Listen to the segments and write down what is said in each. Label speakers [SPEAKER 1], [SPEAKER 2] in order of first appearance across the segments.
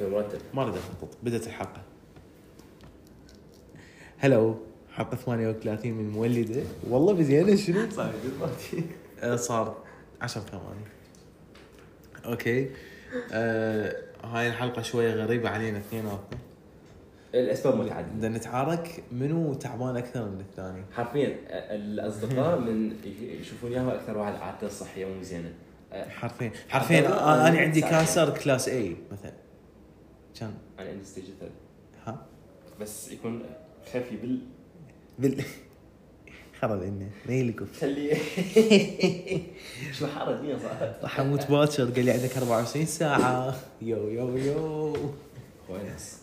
[SPEAKER 1] ما اريد اخطط بدت الحلقه هلو حلقه 38 من مولده والله بزينه شنو
[SPEAKER 2] صعب دلوقتي
[SPEAKER 1] آه، صار 10 ثواني اوكي آه هاي الحلقه شويه غريبه علينا اثنيناتنا
[SPEAKER 2] الاسباب متعدده
[SPEAKER 1] بدنا نتعارك منو تعبان اكثر من الثاني
[SPEAKER 2] حرفيا أ- الاصدقاء من يشوفون اياه اكثر واحد عادته الصحيه مو زينه
[SPEAKER 1] حرفيا حرفيا
[SPEAKER 2] أنا-
[SPEAKER 1] انا آه، أنا عندي
[SPEAKER 2] ساعتين.
[SPEAKER 1] كانسر كلاس اي مثلا كان
[SPEAKER 2] انا عندي ستيج ثالث
[SPEAKER 1] ها
[SPEAKER 2] بس يكون خفي بال
[SPEAKER 1] بال خرب انه نيلكم
[SPEAKER 2] خليه شو الحاره دي صح؟
[SPEAKER 1] راح اموت باكر قال لي عندك 24 ساعه يو يو يو
[SPEAKER 2] كويس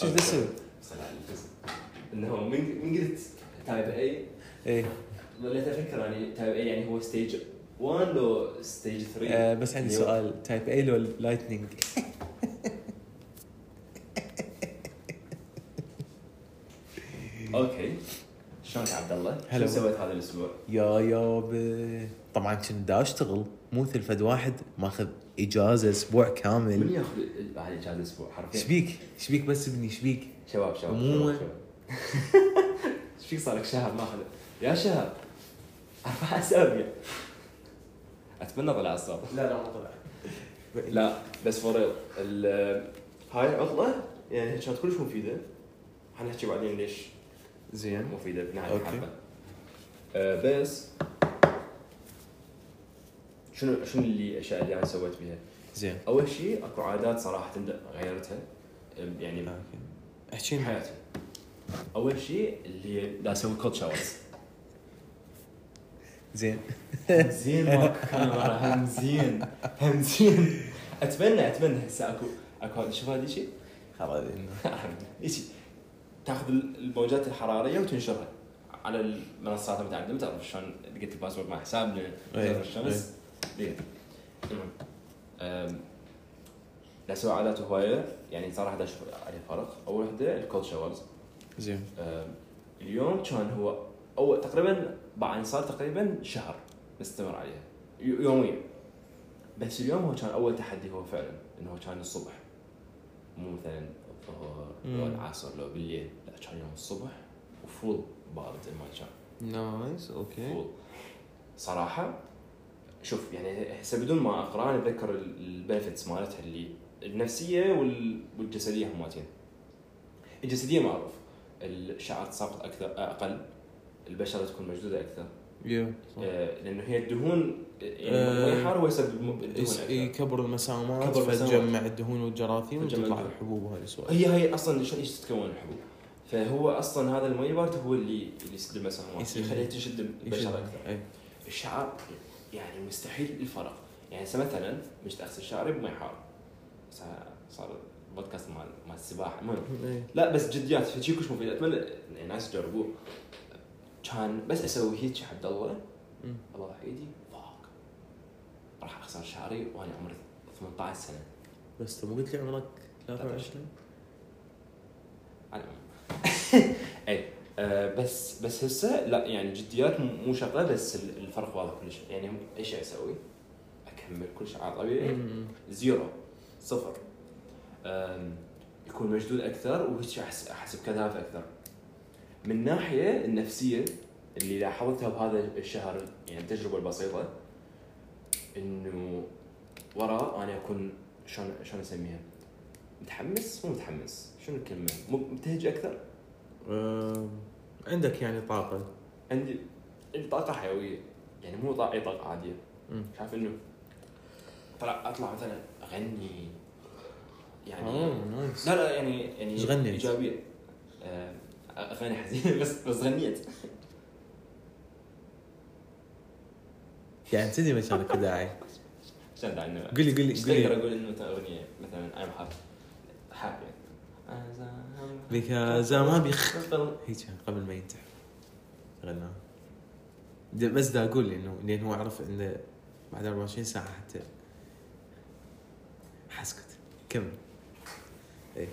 [SPEAKER 1] شو بدي اسوي؟
[SPEAKER 2] صلاح الجزم انه من من قلت تايب اي
[SPEAKER 1] ايه
[SPEAKER 2] ظليت افكر يعني تايب اي يعني هو ستيج 1 لو ستيج 3
[SPEAKER 1] آه، بس عندي
[SPEAKER 2] اللي هو-
[SPEAKER 1] سؤال تايب اي لو لايتنينج
[SPEAKER 2] اوكي شلونك عبد الله؟
[SPEAKER 1] هلا.
[SPEAKER 2] شو سويت هذا الاسبوع؟
[SPEAKER 1] يا يابا طبعا كنت دا اشتغل مو مثل فد واحد ماخذ اجازه اسبوع
[SPEAKER 2] من
[SPEAKER 1] كامل
[SPEAKER 2] ياخذ بعد اجازه اسبوع حرفيا
[SPEAKER 1] شبيك شبيك بس ابني شبيك
[SPEAKER 2] شباب شباب
[SPEAKER 1] عموماً.
[SPEAKER 2] شباب شباب. ايش فيك صار لك شهر ما اخذ يا شهر اربع اسابيع اتمنى طلع الصوت
[SPEAKER 1] لا لا ما طلع
[SPEAKER 2] لا بس فور هاي عطله يعني كانت كلش مفيده حنحكي بعدين ليش
[SPEAKER 1] زين
[SPEAKER 2] مفيده بنهايه
[SPEAKER 1] أوكي.
[SPEAKER 2] الحلقه آه، بس شنو شنو اللي الاشياء اللي انا سويت بها؟
[SPEAKER 1] زين
[SPEAKER 2] اول شيء اكو عادات صراحه غيرتها آه، يعني
[SPEAKER 1] أوكي. احكي لنا.
[SPEAKER 2] حياتي اول شيء اللي دا اسوي كولد شاورز
[SPEAKER 1] زين
[SPEAKER 2] زين ماكو زين زين اتمنى اتمنى هسه اكو اكو هذا شوف هذا الشيء
[SPEAKER 1] خرب انه
[SPEAKER 2] شيء تاخذ الموجات الحراريه وتنشرها على المنصات المتعدده تعرف شلون لقيت الباسورد مع حسابنا
[SPEAKER 1] إيه،
[SPEAKER 2] تعرف الشمس ليه. المهم. أم، لا سوى عادات هوايه يعني صراحه دا اشوف عليه فرق اول وحده الكولد شاورز
[SPEAKER 1] زين
[SPEAKER 2] آم، اليوم كان هو اول تقريبا بعد صار تقريبا شهر مستمر عليها ي- يوميا بس اليوم هو كان اول تحدي هو فعلا انه هو كان الصبح مو مثلا الظهر لو
[SPEAKER 1] مم.
[SPEAKER 2] العصر لو بالليل لا كان يوم الصبح وفول بارد الماي كان
[SPEAKER 1] نايس اوكي
[SPEAKER 2] فول صراحه شوف يعني هسه بدون ما اقرا انا اتذكر البنفتس مالتها اللي النفسيه وال- والجسديه هم مالتين الجسديه معروف الشعر تساقط اكثر اقل البشره تكون مجدوده اكثر
[SPEAKER 1] يو
[SPEAKER 2] آه، لانه هي الدهون يعني
[SPEAKER 1] آه،
[SPEAKER 2] المي حار هو يسبب م- الدهون
[SPEAKER 1] يس-
[SPEAKER 2] اكثر
[SPEAKER 1] يكبر المسامات
[SPEAKER 2] كبر المسامات.
[SPEAKER 1] فتجمع الدهون والجراثيم
[SPEAKER 2] فتجمع
[SPEAKER 1] وتطلع
[SPEAKER 2] الدهون.
[SPEAKER 1] الحبوب وهذا السؤال
[SPEAKER 2] هي هي اصلا شلون ايش تتكون الحبوب فهو اصلا هذا المي بارد هو اللي اللي يسد المسامات
[SPEAKER 1] يسد-
[SPEAKER 2] يخليها تشد البشره اكثر
[SPEAKER 1] إيه.
[SPEAKER 2] الشعر يعني مستحيل الفرق يعني هسه مثلا مش اغسل شعري بمي حار هسه صار بودكاست مال مال السباحه المهم
[SPEAKER 1] إيه.
[SPEAKER 2] لا بس جديات فشي كلش مفيد اتمنى الناس يجربوه كان بس اسوي هيك يا عبد الله
[SPEAKER 1] أمم.
[SPEAKER 2] الله ايدي فاك راح اخسر شعري وانا عمري 18 سنه
[SPEAKER 1] بس تو مو قلت لي عمرك 23
[SPEAKER 2] على العموم اي آه بس بس هسه لا يعني جديات م- مو شغله بس ال- الفرق واضح كلش يعني هم ايش اسوي؟ اكمل كل شعر طبيعي
[SPEAKER 1] أمم.
[SPEAKER 2] زيرو صفر أم، يكون مشدود اكثر وهيك أحس- احسب كثافه اكثر من ناحيه النفسيه اللي لاحظتها بهذا الشهر يعني التجربه البسيطه انه وراء انا اكون شلون شلون اسميها؟ متحمس مو متحمس شنو الكلمه؟ مو مبتهج اكثر
[SPEAKER 1] أم، عندك يعني طاقه
[SPEAKER 2] عندي عندي طاقه حيويه يعني مو طاقه طاقه عاديه
[SPEAKER 1] أمم.
[SPEAKER 2] شايف انه طلع اطلع مثلا اغني يعني
[SPEAKER 1] آه، نايس
[SPEAKER 2] لا لا يعني يعني
[SPEAKER 1] إيش غنيت؟
[SPEAKER 2] ايجابيه آه، اغاني حزينه بس بس غنيت
[SPEAKER 1] يعني تدري ما كان لك داعي
[SPEAKER 2] عشان دعني قول
[SPEAKER 1] قول لي قول لي قول
[SPEAKER 2] اقدر
[SPEAKER 1] لي
[SPEAKER 2] اقول انه مثلا اغنيه مثلا ايم هاب هاب يعني
[SPEAKER 1] بيكاز ما بيخ هيك كان قبل ما ينتحر غناها د- بس دا اقول انه لان هو عرف انه بعد 24 ساعه حتى حسكت كمل اي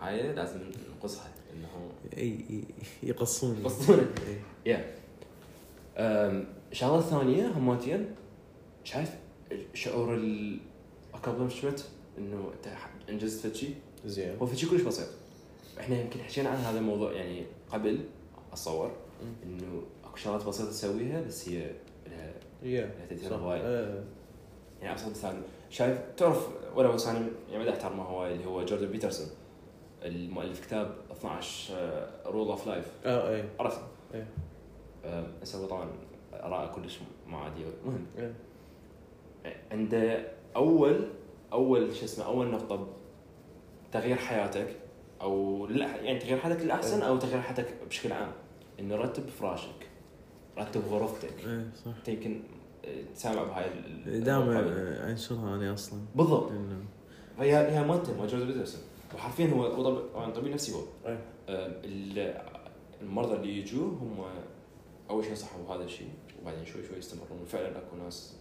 [SPEAKER 2] هاي لازم نقصها انه
[SPEAKER 1] اي يقصون
[SPEAKER 2] يقصون.
[SPEAKER 1] إي.
[SPEAKER 2] يا أم، شغله ثانيه هماتين شايف شعور ال- accomplishment انه انت انجزت فد شيء
[SPEAKER 1] زين
[SPEAKER 2] هو فد شيء كلش بسيط احنا يمكن حكينا عن هذا الموضوع يعني قبل اتصور انه اكو شغلات بسيطه تسويها بس هي لها
[SPEAKER 1] يا
[SPEAKER 2] لها تاثير
[SPEAKER 1] صح
[SPEAKER 2] يعني هواي
[SPEAKER 1] آه.
[SPEAKER 2] يعني ابسط مثال شايف تعرف ولا بس انا يعني بدي احترمه هواي اللي هو جوردن بيترسون المؤلف كتاب آه، 12 رول اوف لايف
[SPEAKER 1] اه ايه
[SPEAKER 2] عرفت؟
[SPEAKER 1] إيه.
[SPEAKER 2] آه، هسه هو طبعا اراء كلش ما عاديه المهم
[SPEAKER 1] إيه.
[SPEAKER 2] عنده اول اول شو اسمه اول نقطه تغيير حياتك او لا يعني تغيير حياتك للاحسن
[SPEAKER 1] إيه.
[SPEAKER 2] او تغيير حياتك بشكل عام انه رتب فراشك رتب غرفتك
[SPEAKER 1] ايه صح
[SPEAKER 2] انت يمكن آه، تسامع بهاي ال- ال-
[SPEAKER 1] دائما
[SPEAKER 2] المقابلة.
[SPEAKER 1] آه، انشرها انا اصلا
[SPEAKER 2] بالضبط
[SPEAKER 1] انه
[SPEAKER 2] هي هي مالته مال جوز بيترسون وحرفيا هو هو طب- طبعا طبيب نفسي هو
[SPEAKER 1] أي.
[SPEAKER 2] آه، ال- المرضى اللي يجوا هم اول شيء صحوا هذا الشيء وبعدين شوي شوي يستمرون وفعلا اكو ناس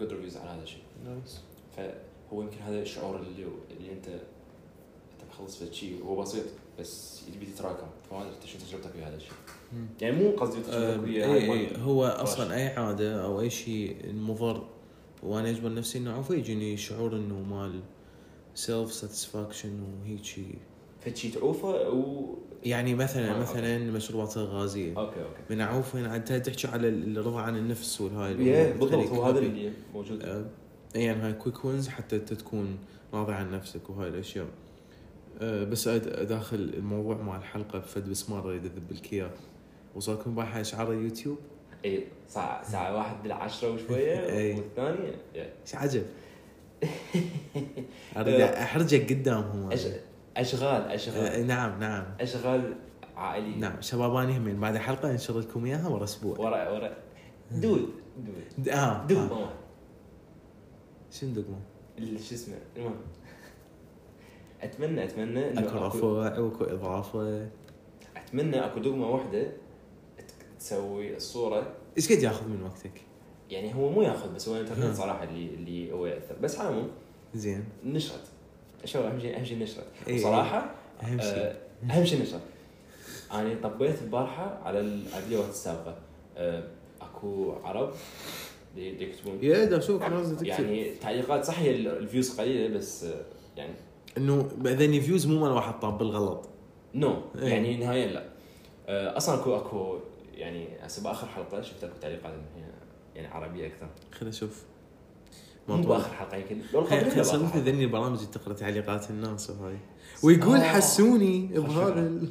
[SPEAKER 2] جود ريفيوز على هذا الشيء
[SPEAKER 1] نايس
[SPEAKER 2] فهو يمكن هذا الشعور اللي اللي انت انت مخلص في شيء هو بسيط بس يبي يتراكم فما ادري انت شنو تجربتك ويا هذا الشيء يعني مو قصدي
[SPEAKER 1] آه،
[SPEAKER 2] تجربتك ويا هاي
[SPEAKER 1] اي اي
[SPEAKER 2] مال-
[SPEAKER 1] إيه، هو اصلا اي عاده او اي شيء مضر وانا اجبر نفسي انه عوف يجيني شعور انه مال سيلف ساتسفاكشن وهيك شيء
[SPEAKER 2] فد شيء تعوفه و
[SPEAKER 1] يعني مثلا
[SPEAKER 2] آه،
[SPEAKER 1] مثلا مشروبات الغازيه
[SPEAKER 2] اوكي اوكي
[SPEAKER 1] من اعوف هنا عاد تحكي على الرضا عن النفس والهاي
[SPEAKER 2] يا
[SPEAKER 1] الأمور.
[SPEAKER 2] إيه، بالضبط هو هذا
[SPEAKER 1] تخليك
[SPEAKER 2] اللي موجود
[SPEAKER 1] آه، يعني هاي كويك وينز حتى انت تكون راضي عن نفسك وهاي الاشياء آه، بس أد- اداخل الموضوع مع الحلقه بفد مسمار اريد اذب لك اياه وصلكم باي حي اشعار اليوتيوب
[SPEAKER 2] اي إيه، ساعة ساعة واحد بالعشرة وشوية
[SPEAKER 1] إي.
[SPEAKER 2] والثانية يعني يا.
[SPEAKER 1] ايش عجب اريد
[SPEAKER 2] آه.
[SPEAKER 1] احرجك قدامهم
[SPEAKER 2] أش- اشغال اشغال
[SPEAKER 1] آه، نعم نعم
[SPEAKER 2] اشغال عائلية
[SPEAKER 1] نعم شبابان يهمين بعد حلقه انشر لكم اياها ورا اسبوع
[SPEAKER 2] ورا ورا دود دود
[SPEAKER 1] د- اه
[SPEAKER 2] دود
[SPEAKER 1] آه.
[SPEAKER 2] ماما.
[SPEAKER 1] شنو دقمه؟
[SPEAKER 2] ال- شو اسمه المهم اتمنى اتمنى إنه
[SPEAKER 1] اكو رفع واكو اضافه
[SPEAKER 2] اتمنى اكو دقمة واحدة ت- تسوي الصورة
[SPEAKER 1] ايش قد ياخذ من وقتك؟
[SPEAKER 2] يعني هو مو ياخذ بس هو الانترنت
[SPEAKER 1] نعم.
[SPEAKER 2] صراحة اللي اللي هو ياثر بس على العموم
[SPEAKER 1] زين
[SPEAKER 2] نشرت شو اهم شيء اهم شيء نشرت
[SPEAKER 1] إي.
[SPEAKER 2] وصراحة
[SPEAKER 1] اهم إيه، شيء
[SPEAKER 2] آه، اهم شيء النشر انا طبيت البارحه على ال- على الفيديوهات السابقه آه، اكو عرب دي- دي يكتبون
[SPEAKER 1] يا دا شوف لازم إيه، تكتب
[SPEAKER 2] يعني تعليقات صح هي ال- الفيوز قليله بس آه، يعني
[SPEAKER 1] انه بعدين فيوز مو مال واحد طاب بالغلط
[SPEAKER 2] نو
[SPEAKER 1] إيه.
[SPEAKER 2] يعني نهائيا لا آه، اصلا اكو اكو يعني هسه باخر حلقه شفت اكو تعليقات إن هي يعني عربيه اكثر
[SPEAKER 1] خلينا نشوف
[SPEAKER 2] مو
[SPEAKER 1] مطلوب
[SPEAKER 2] باخر حلقه يمكن لو القبل
[SPEAKER 1] خلينا
[SPEAKER 2] ولا
[SPEAKER 1] نصير
[SPEAKER 2] بآخر
[SPEAKER 1] مثل
[SPEAKER 2] حلقة.
[SPEAKER 1] ذني البرامج اللي تقرا تعليقات الناس وهاي ويقول
[SPEAKER 2] آه.
[SPEAKER 1] حسوني بهذا
[SPEAKER 2] خشبة.
[SPEAKER 1] ال-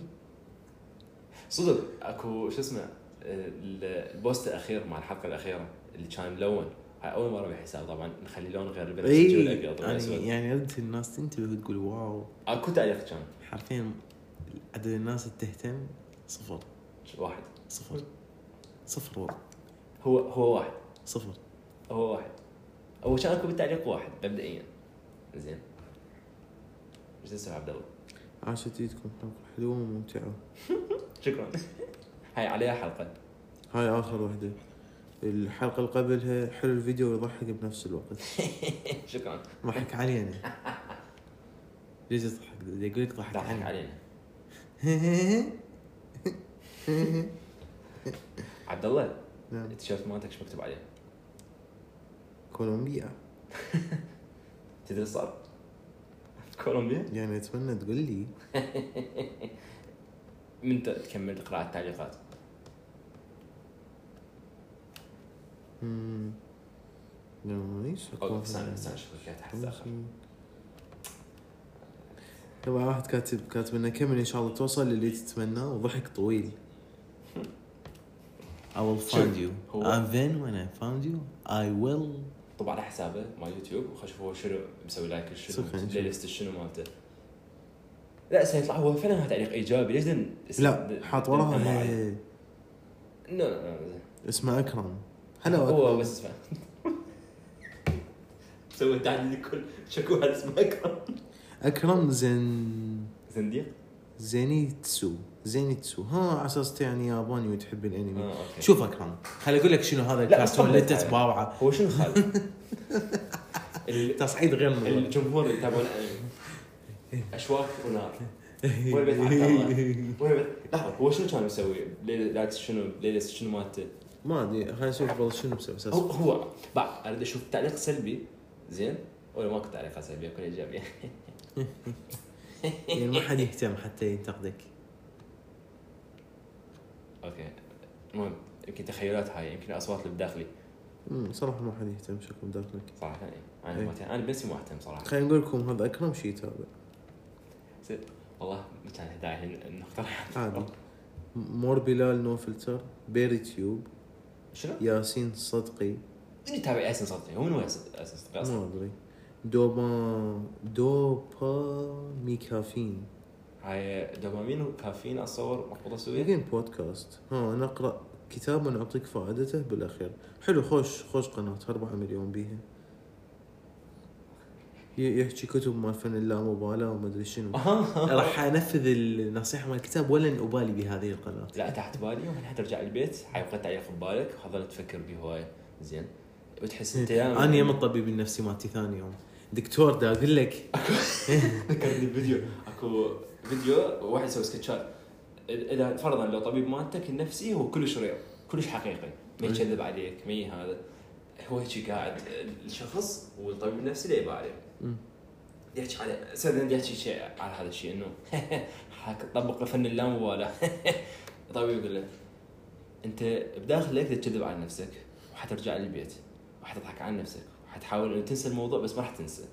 [SPEAKER 2] صدق اكو شو اسمه آه، ال- البوست الاخير مع الحلقه الاخيره اللي كان ملون هاي اول مره بالحساب طبعا نخلي لون غير البنفسجي
[SPEAKER 1] اي
[SPEAKER 2] والابيض
[SPEAKER 1] أنا
[SPEAKER 2] والاسود
[SPEAKER 1] يعني ردت الناس تنتبه وتقول واو
[SPEAKER 2] اكو تعليق كان
[SPEAKER 1] حرفيا عدد الناس اللي تهتم صفر
[SPEAKER 2] واحد
[SPEAKER 1] صفر صفر والله
[SPEAKER 2] هو هو واحد
[SPEAKER 1] صفر
[SPEAKER 2] هو واحد هو كان اكو بالتعليق واحد مبدئيا زين ايش تسوي عبد الله؟
[SPEAKER 1] عاشت ايدكم حلقة حلوة وممتعة
[SPEAKER 2] شكرا هاي عليها حلقه
[SPEAKER 1] هاي اخر وحدة الحلقة اللي قبلها حلو الفيديو ويضحك بنفس الوقت
[SPEAKER 2] شكرا
[SPEAKER 1] ضحك علينا ليش تضحك؟ يقول لك ضحك
[SPEAKER 2] ضحك
[SPEAKER 1] علينا
[SPEAKER 2] علينا عبد الله
[SPEAKER 1] نعم
[SPEAKER 2] التيشيرت مالتك ايش مكتوب عليه؟
[SPEAKER 1] كولومبيا
[SPEAKER 2] تدري إيش صار؟ كولومبيا
[SPEAKER 1] يعني اتمنى تقول لي
[SPEAKER 2] من ت- تكمل قراءه التعليقات
[SPEAKER 1] مم. نايس
[SPEAKER 2] أوه، استنى استنى شوف كيف تحت اخر
[SPEAKER 1] طبعا واحد كاتب كاتب انه كمل ان شاء الله توصل للي تتمناه وضحك طويل I will find you
[SPEAKER 2] هو-
[SPEAKER 1] and then when I found you I will
[SPEAKER 2] طب على حسابه مال يوتيوب وخش شوف هو شنو مسوي لايك شنو
[SPEAKER 1] صدق يعني شنو؟
[SPEAKER 2] ليست شنو مالته لا سيطلع هو فعلا هذا تعليق ايجابي ليش دن
[SPEAKER 1] لا حاط وراها هي-
[SPEAKER 2] لا لا
[SPEAKER 1] اسمه اكرم
[SPEAKER 2] لا
[SPEAKER 1] هلا
[SPEAKER 2] هو
[SPEAKER 1] أكرم.
[SPEAKER 2] بس اسمع سوى تعليق لكل شكو هذا اسمه اكرم
[SPEAKER 1] اكرم زين
[SPEAKER 2] زنديق
[SPEAKER 1] زينيتسو زينيتسو ها على اساس يعني ياباني وتحب الانمي
[SPEAKER 2] اه اوكي
[SPEAKER 1] شوف اكرم خل اقول لك شنو هذا
[SPEAKER 2] لا،
[SPEAKER 1] الكرتون
[SPEAKER 2] تفضل
[SPEAKER 1] اللي انت
[SPEAKER 2] تعال.
[SPEAKER 1] تباوعه
[SPEAKER 2] هو شنو خال ال-
[SPEAKER 1] تصعيد غير مرغوب
[SPEAKER 2] الجمهور اللي يتابعون الأنمي. اشواك ونار وين بيت عبد الله؟ وين بيت- لحظه هو شنو كان مسوي؟ بلاي- لايكس شنو؟ بلاي ليست شنو مالته؟
[SPEAKER 1] ما ادري خلينا نشوف والله شنو بسوي
[SPEAKER 2] هو
[SPEAKER 1] اساسا
[SPEAKER 2] هو بعد اريد اشوف تعليق سلبي زين ولو ماكو تعليقات سلبيه كل ايجابيه
[SPEAKER 1] يعني ما حد يهتم حتى ينتقدك
[SPEAKER 2] اوكي المهم يمكن تخيلات هاي يمكن اصوات اللي بداخلي
[SPEAKER 1] امم صراحه ما حد يهتم بشكل مداخلك
[SPEAKER 2] صراحه إيه. انا ما أهتم- انا بنفسي ما اهتم صراحه
[SPEAKER 1] خلينا نقول لكم هذا اكرم شيء يتابع
[SPEAKER 2] والله ما كان داعي إن نقترح
[SPEAKER 1] عادي م- مور بلال نو فلتر بيري تيوب
[SPEAKER 2] شنو؟
[SPEAKER 1] ياسين صدقي
[SPEAKER 2] من يتابع ياسين صدقي هو من وين ياسين صدقي اصلا؟
[SPEAKER 1] ما ادري دوبا دوباميكافين
[SPEAKER 2] هاي دوبامين وكافيين اتصور مقبوضه سوية
[SPEAKER 1] يقين بودكاست ها نقرا كتاب ونعطيك فائدته بالاخير حلو خوش خوش قناه 4 مليون بيها ي- يحكي كتب مال فن اللامبالاه وما ادري شنو راح انفذ النصيحه مال الكتاب ولن ابالي بهذه القناه
[SPEAKER 2] لا تحت بالي يوم أنا حترجع البيت حيبقى تعليق ببالك وحظل تفكر به هوايه زين وتحس
[SPEAKER 1] إيه.
[SPEAKER 2] انت يا
[SPEAKER 1] انا يم الطبيب النفسي مالتي ثاني يوم دكتور دا اقول لك
[SPEAKER 2] ذكرني بفيديو اكو فيديو واحد يسوي سكتشات اذا فرضا لو طبيب مالتك النفسي هو كلش ريال كلش حقيقي ما يكذب عليك ما ي- هذا هو هيك قاعد الشخص والطبيب النفسي لا يبالي عليه
[SPEAKER 1] مم.
[SPEAKER 2] يحكي على سنة يحكي شيء على هذا الشيء انه حك- طبق فن اللامبالاه الطبيب يقول له انت بداخلك تكذب على نفسك وحترجع للبيت وحتضحك على نفسك وحتحاول انه تنسى الموضوع بس ما راح تنسى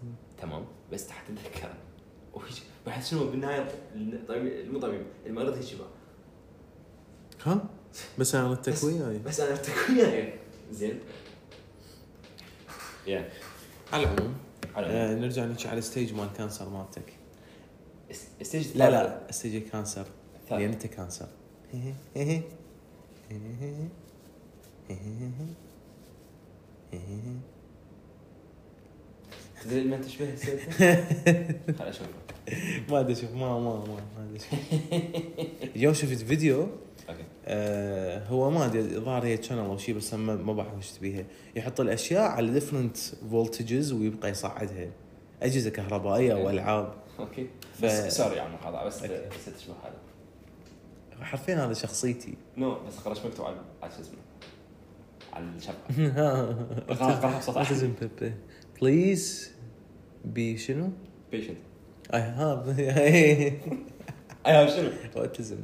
[SPEAKER 2] تمام بس حتتذكر وهيك- بعد شنو بالنهايه الطبيب مو طبيب المريض هيك بقى
[SPEAKER 1] ها بس انا ردتك وياي
[SPEAKER 2] بس انا ارتك وياك زين يا
[SPEAKER 1] على العموم
[SPEAKER 2] على
[SPEAKER 1] آه، نرجع نحكي على الستيج مال كانسر مالتك آه،
[SPEAKER 2] است- استيج
[SPEAKER 1] لا لا استيج كانسر
[SPEAKER 2] ثالث.
[SPEAKER 1] لان انت كانسر
[SPEAKER 2] تدري ما انت شبه سويته؟ خل اشوف
[SPEAKER 1] ما ادري شوف ما ما ما ما ادري شوف اليوم شفت فيديو
[SPEAKER 2] اوكي
[SPEAKER 1] آه هو ما ادري ظهر هي شانل او شيء بس ما ما بعرف ايش بيها يحط الاشياء على ديفرنت فولتجز ويبقى يصعدها اجهزه كهربائيه والعاب
[SPEAKER 2] اوكي
[SPEAKER 1] ف-
[SPEAKER 2] بس سوري على المقاطعه بس
[SPEAKER 1] أوكي.
[SPEAKER 2] بس تشبه هذا
[SPEAKER 1] حرفيا هذا شخصيتي
[SPEAKER 2] نو بس خلاص مكتوب على على شو اسمه على الشبكه قرأ- قرأ بصوت أعلى.
[SPEAKER 1] اوتيزم بيبي بليز بي شنو؟
[SPEAKER 2] بيشنت
[SPEAKER 1] اي هاف
[SPEAKER 2] اي أيوه، شنو
[SPEAKER 1] اوتيزم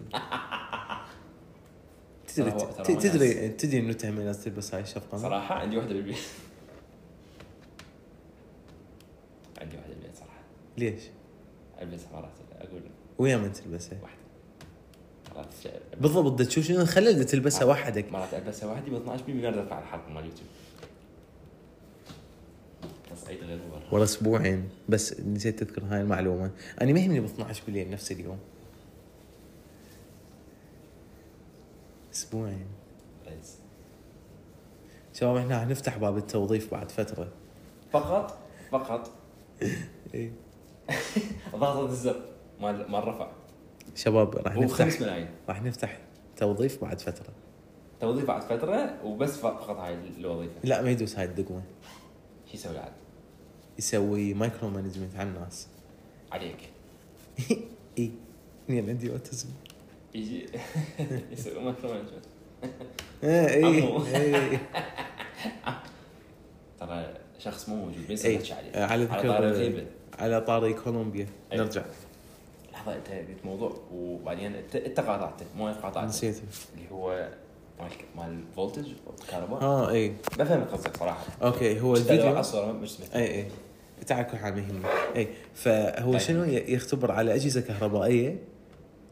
[SPEAKER 1] تدري
[SPEAKER 2] ترى هو- ترى
[SPEAKER 1] تدري
[SPEAKER 2] هو
[SPEAKER 1] تدري تدري انه تهم الناس تلبس هاي الشفقه ها؟
[SPEAKER 2] صراحه عندي واحده بالبيت عندي واحده بالبيت صراحه
[SPEAKER 1] ليش؟
[SPEAKER 2] البسها مرات اقول
[SPEAKER 1] ويا من تلبسها؟
[SPEAKER 2] واحده مرات ش-
[SPEAKER 1] بالضبط دا تشوف شنو خلل دا
[SPEAKER 2] آه.
[SPEAKER 1] تلبسها وحدك
[SPEAKER 2] مرات البسها واحده ب 12 بي من ارفع الحلقه مال يوتيوب تصعيد غير مبرر
[SPEAKER 1] ورا اسبوعين بس نسيت اذكر هاي المعلومه انا ما يهمني ب 12 بالليل نفس اليوم اسبوعين
[SPEAKER 2] بس.
[SPEAKER 1] شباب احنا راح نفتح باب التوظيف بعد فتره
[SPEAKER 2] فقط فقط إيه.
[SPEAKER 1] اي
[SPEAKER 2] ضغطة الزر مال مال رفع
[SPEAKER 1] شباب راح
[SPEAKER 2] هو
[SPEAKER 1] نفتح
[SPEAKER 2] 5 ملايين
[SPEAKER 1] راح نفتح توظيف بعد فتره
[SPEAKER 2] توظيف بعد فتره وبس ف- فقط هاي الوظيفه
[SPEAKER 1] لا ما يدوس هاي الدقمه
[SPEAKER 2] شو يسوي عاد؟
[SPEAKER 1] يسوي مايكرو مانجمنت على الناس
[SPEAKER 2] عليك
[SPEAKER 1] اي مين إيه. عندي اوتزم
[SPEAKER 2] يجي يسوي مايكرو مانجمنت
[SPEAKER 1] إيه،
[SPEAKER 2] عمو.
[SPEAKER 1] اي
[SPEAKER 2] ترى شخص مو موجود بس
[SPEAKER 1] إي.
[SPEAKER 2] يحكي عليه
[SPEAKER 1] إيه. آه، على
[SPEAKER 2] على طاري إيه،
[SPEAKER 1] ذكر
[SPEAKER 2] الغيبه
[SPEAKER 1] على طاري كولومبيا
[SPEAKER 2] أي.
[SPEAKER 1] نرجع
[SPEAKER 2] لحظه انت قلت موضوع وبعدين انت انت قاطعته مو أنا قاطعته
[SPEAKER 1] نسيته
[SPEAKER 2] اللي هو مال مال الفولتج الكهرباء
[SPEAKER 1] اه اي
[SPEAKER 2] ما فهمت قصدك صراحه
[SPEAKER 1] اوكي هو
[SPEAKER 2] شفت على
[SPEAKER 1] الفيديو
[SPEAKER 2] الصوره مش سمعت
[SPEAKER 1] اي اي تعال كل حال مهم اي فهو
[SPEAKER 2] طيب.
[SPEAKER 1] شنو ي- يختبر على اجهزه كهربائيه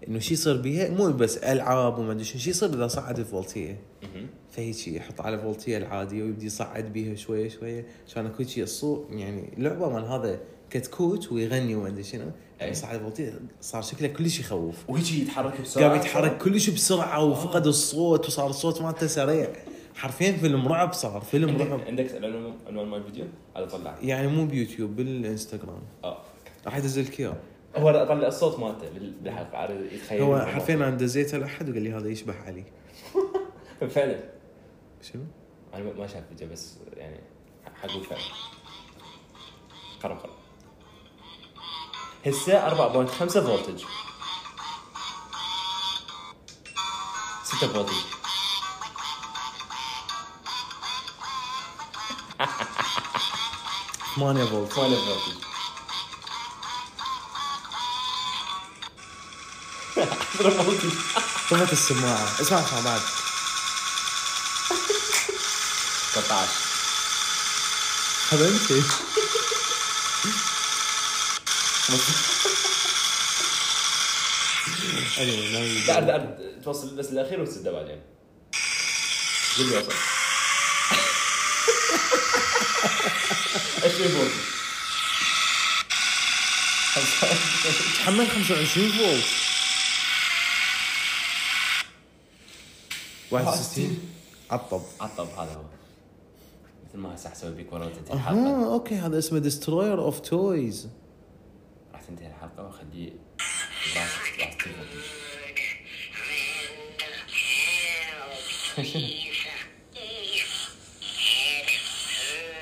[SPEAKER 1] انه شو يصير بيها مو بس العاب وما ادري شنو شو يصير اذا صعد الفولتيه
[SPEAKER 2] مهم.
[SPEAKER 1] فهيك يحط على فولتيه العاديه ويبدي يصعد بيها شويه شويه عشان اكو شيء الصوت يعني لعبه مال هذا كتكوت ويغني وما ادري شنو
[SPEAKER 2] أي.
[SPEAKER 1] يعني صعد الفولتيه صار شكله كلش يخوف
[SPEAKER 2] ويجي يتحرك بسرعه
[SPEAKER 1] قام يتحرك كلش بسرعه وفقد الصوت وصار الصوت مالته سريع حرفيا فيلم رعب صار فيلم
[SPEAKER 2] عندك-
[SPEAKER 1] رعب
[SPEAKER 2] عندك العنوان عنوان مال الفيديو هذا طلع
[SPEAKER 1] يعني مو بيوتيوب بالانستغرام
[SPEAKER 2] اه
[SPEAKER 1] راح ادزل لك اياه
[SPEAKER 2] هو هذا طلع الصوت مالته بال- بالحلقه عاد يتخيل
[SPEAKER 1] آه. هو
[SPEAKER 2] الموضوع.
[SPEAKER 1] حرفيا انا دزيته لاحد وقال لي هذا يشبه علي
[SPEAKER 2] فعلا
[SPEAKER 1] شنو؟
[SPEAKER 2] انا ما- ما شايف فيديو بس يعني حقول فعلا قرم قرم هسه 4.5 فولتج 6 فولتج
[SPEAKER 1] 8 فولت
[SPEAKER 2] 8 فولت
[SPEAKER 1] طفت السماعه اسمع اسمع بعد
[SPEAKER 2] 13
[SPEAKER 1] هذا انت
[SPEAKER 2] 15 لا لا توصل بس الاخير وتسده بعدين جيب لي وصل 20 فولت
[SPEAKER 1] تحمل 25 فولت 61 عطب
[SPEAKER 2] عطب هذا هو مثل ما هسه حسوي بيك ورا وتنتهي الحلقه
[SPEAKER 1] اها اوكي هذا اسمه دستروير اوف تويز
[SPEAKER 2] راح تنتهي الحلقه واخليه براسك راح تنفض.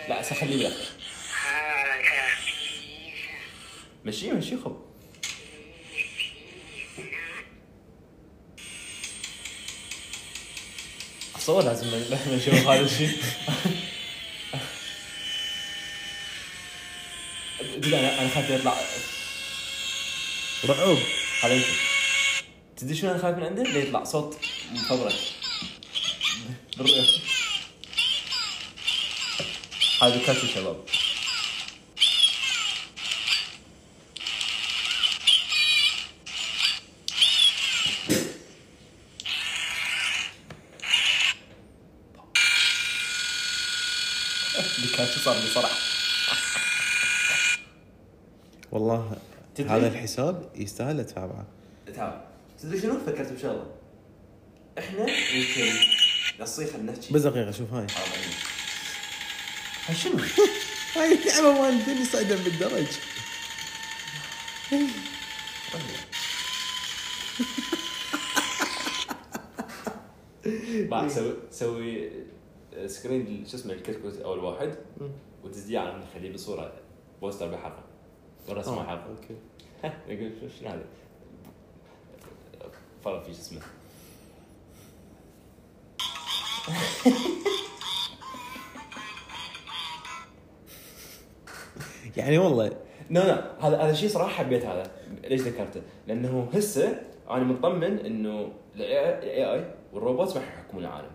[SPEAKER 2] لا هسه خليه بالاخير مشي مشي خب اتصور لازم ن- نشوف هذا الشيء دقيقة، انا انا خايف يطلع
[SPEAKER 1] رعب
[SPEAKER 2] هذا يمكن تدري شنو انا خايف من عنده؟ انه يطلع صوت مفبرك بالرؤية هذا كاتو شباب بيكاتشو صار بصراحة
[SPEAKER 1] والله
[SPEAKER 2] تدري؟
[SPEAKER 1] هذا الحساب يستاهل اتابعه
[SPEAKER 2] تعال تدري شنو فكرت بشغله احنا يمكن نصيحه نحكي
[SPEAKER 1] بس دقيقه شوف هاي
[SPEAKER 2] هاي شنو؟
[SPEAKER 1] هاي اللعبه مال الدنيا صعدا بالدرج
[SPEAKER 2] بعد سوي سوي سكرين شو اسمه الكتكوت اول واحد وتزديه على نخليه بصوره بوستر بحلقه ورسمه
[SPEAKER 1] آه،
[SPEAKER 2] حلقه
[SPEAKER 1] اوكي
[SPEAKER 2] نقول شو- شنو هذا؟ فرق في شو اسمه
[SPEAKER 1] يعني والله
[SPEAKER 2] لا لا هذا هذا الشيء صراحه حبيت هذا ليش ذكرته؟ لانه هسه انا مطمن انه الاي اي والروبوت ما حيحكمون العالم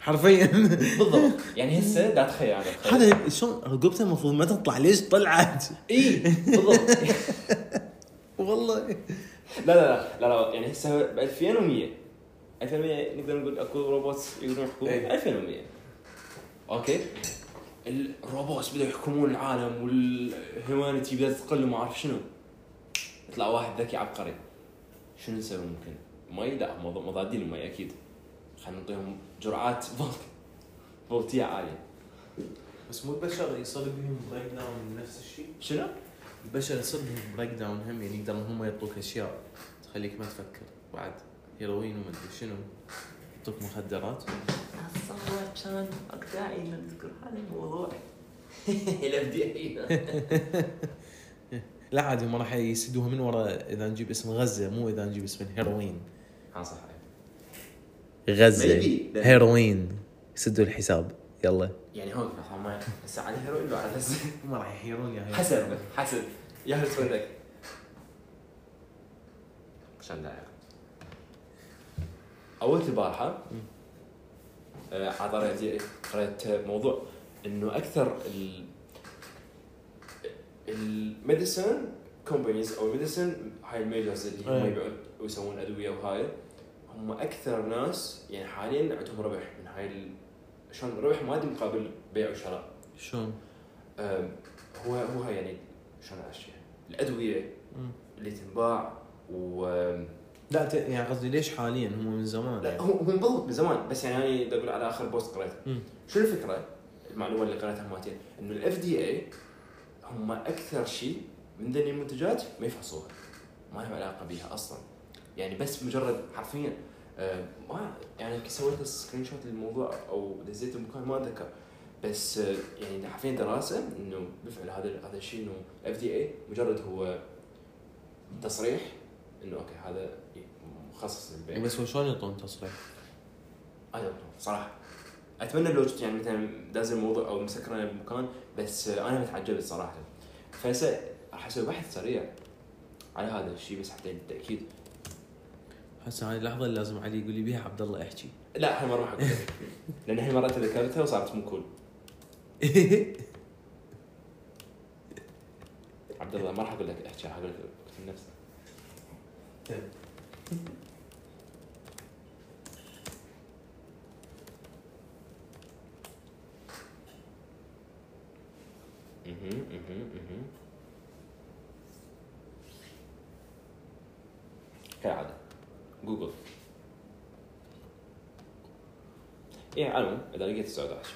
[SPEAKER 1] حرفيا
[SPEAKER 2] بالضبط يعني هسه لا تخيل انا أتخيل.
[SPEAKER 1] هذا شلون رقبته المفروض ما تطلع ليش طلعت
[SPEAKER 2] اي بالضبط
[SPEAKER 1] والله
[SPEAKER 2] لا لا لا لا لا يعني هسه ب 2100 2100 نقدر نقول اكو روبوت يقدرون يحكمون
[SPEAKER 1] إيه.
[SPEAKER 2] 2100 اوكي الروبوت بدأوا يحكمون العالم والهيومانيتي بدأت تقل وما اعرف شنو يطلع واحد ذكي عبقري شنو نسوي ممكن؟ مي لا مض- مضادين المي اكيد خلينا نعطيهم جرعات فولت فولتيه عاليه
[SPEAKER 1] بس مو البشر يصير بهم بريك داون نفس الشيء
[SPEAKER 2] شنو؟
[SPEAKER 1] البشر يصير بهم بريك داون هم يعني يقدرون هم يعطوك اشياء تخليك ما تفكر بعد هيروين وما ادري شنو يعطوك مخدرات
[SPEAKER 3] أتصور كان أقدر أعيد أذكر هذا الموضوع
[SPEAKER 2] الابديع
[SPEAKER 1] لا عادي هم راح يسدوها من ورا اذا نجيب اسم غزه مو اذا نجيب اسم الهيروين
[SPEAKER 2] عن صحيح
[SPEAKER 1] غزه
[SPEAKER 2] Maybe.
[SPEAKER 1] هيروين يسدوا الحساب يلا
[SPEAKER 2] يعني هو ما هسه على الهيروين ولا على الهزة؟
[SPEAKER 1] هم راح يحيرون يا
[SPEAKER 2] حسب حسب يا هل تكون لك عشان دقيقة أول البارحة آه، على طريقتي قريت موضوع إنه أكثر ال الميديسن كومبانيز أو الميديسن هاي الميجرز اللي هم
[SPEAKER 1] أي.
[SPEAKER 2] يبيعون ويسوون أدوية وهاي هم أكثر ناس يعني حاليا عندهم ربح من هاي ال- شلون ربح مادي مقابل بيع وشراء
[SPEAKER 1] شلون؟
[SPEAKER 2] أم، هو هو يعني شلون اشياء الادويه
[SPEAKER 1] مم.
[SPEAKER 2] اللي تنباع و أم،
[SPEAKER 1] لا ت- يعني قصدي ليش حاليا هم من زمان
[SPEAKER 2] لا
[SPEAKER 1] يعني.
[SPEAKER 2] هو هو مضبوط من زمان بس يعني انا بدي اقول على اخر بوست قريته
[SPEAKER 1] مم.
[SPEAKER 2] شو الفكره؟ المعلومه اللي قريتها مالتين انه الاف دي اي هم اكثر شيء من ذني المنتجات ما يفحصوها ما لهم علاقه بيها اصلا يعني بس مجرد حرفيا أم، ما يعني كي سويت سكرين شوت للموضوع او دزيت المكان ما اتذكر بس أه، يعني حرفيا دراسه انه بالفعل هذا هذا الشيء انه اف دي اي مجرد هو تصريح انه اوكي هذا مخصص للبيع
[SPEAKER 1] يعني بس هو شلون يعطون تصريح؟
[SPEAKER 2] انا صراحه اتمنى أيوة، لو كنت يعني مثلا داز الموضوع او مسكرنا بمكان بس آه، انا متعجبت صراحه فهسه راح اسوي بحث سريع على هذا الشيء بس حتى للتاكيد
[SPEAKER 1] هسه هاي اللحظه اللي لازم علي يقول لي بيها عبد الله احكي
[SPEAKER 2] لا احنا ما راح اقول لان هي مرات ذكرتها وصارت مو كول عبد الله ما راح اقول لك احكي راح اقول لك اكتب نفسك طيب. مهم، مهم، مهم. كالعادة جوجل ايه على العموم اذا لقيت السعودة احكي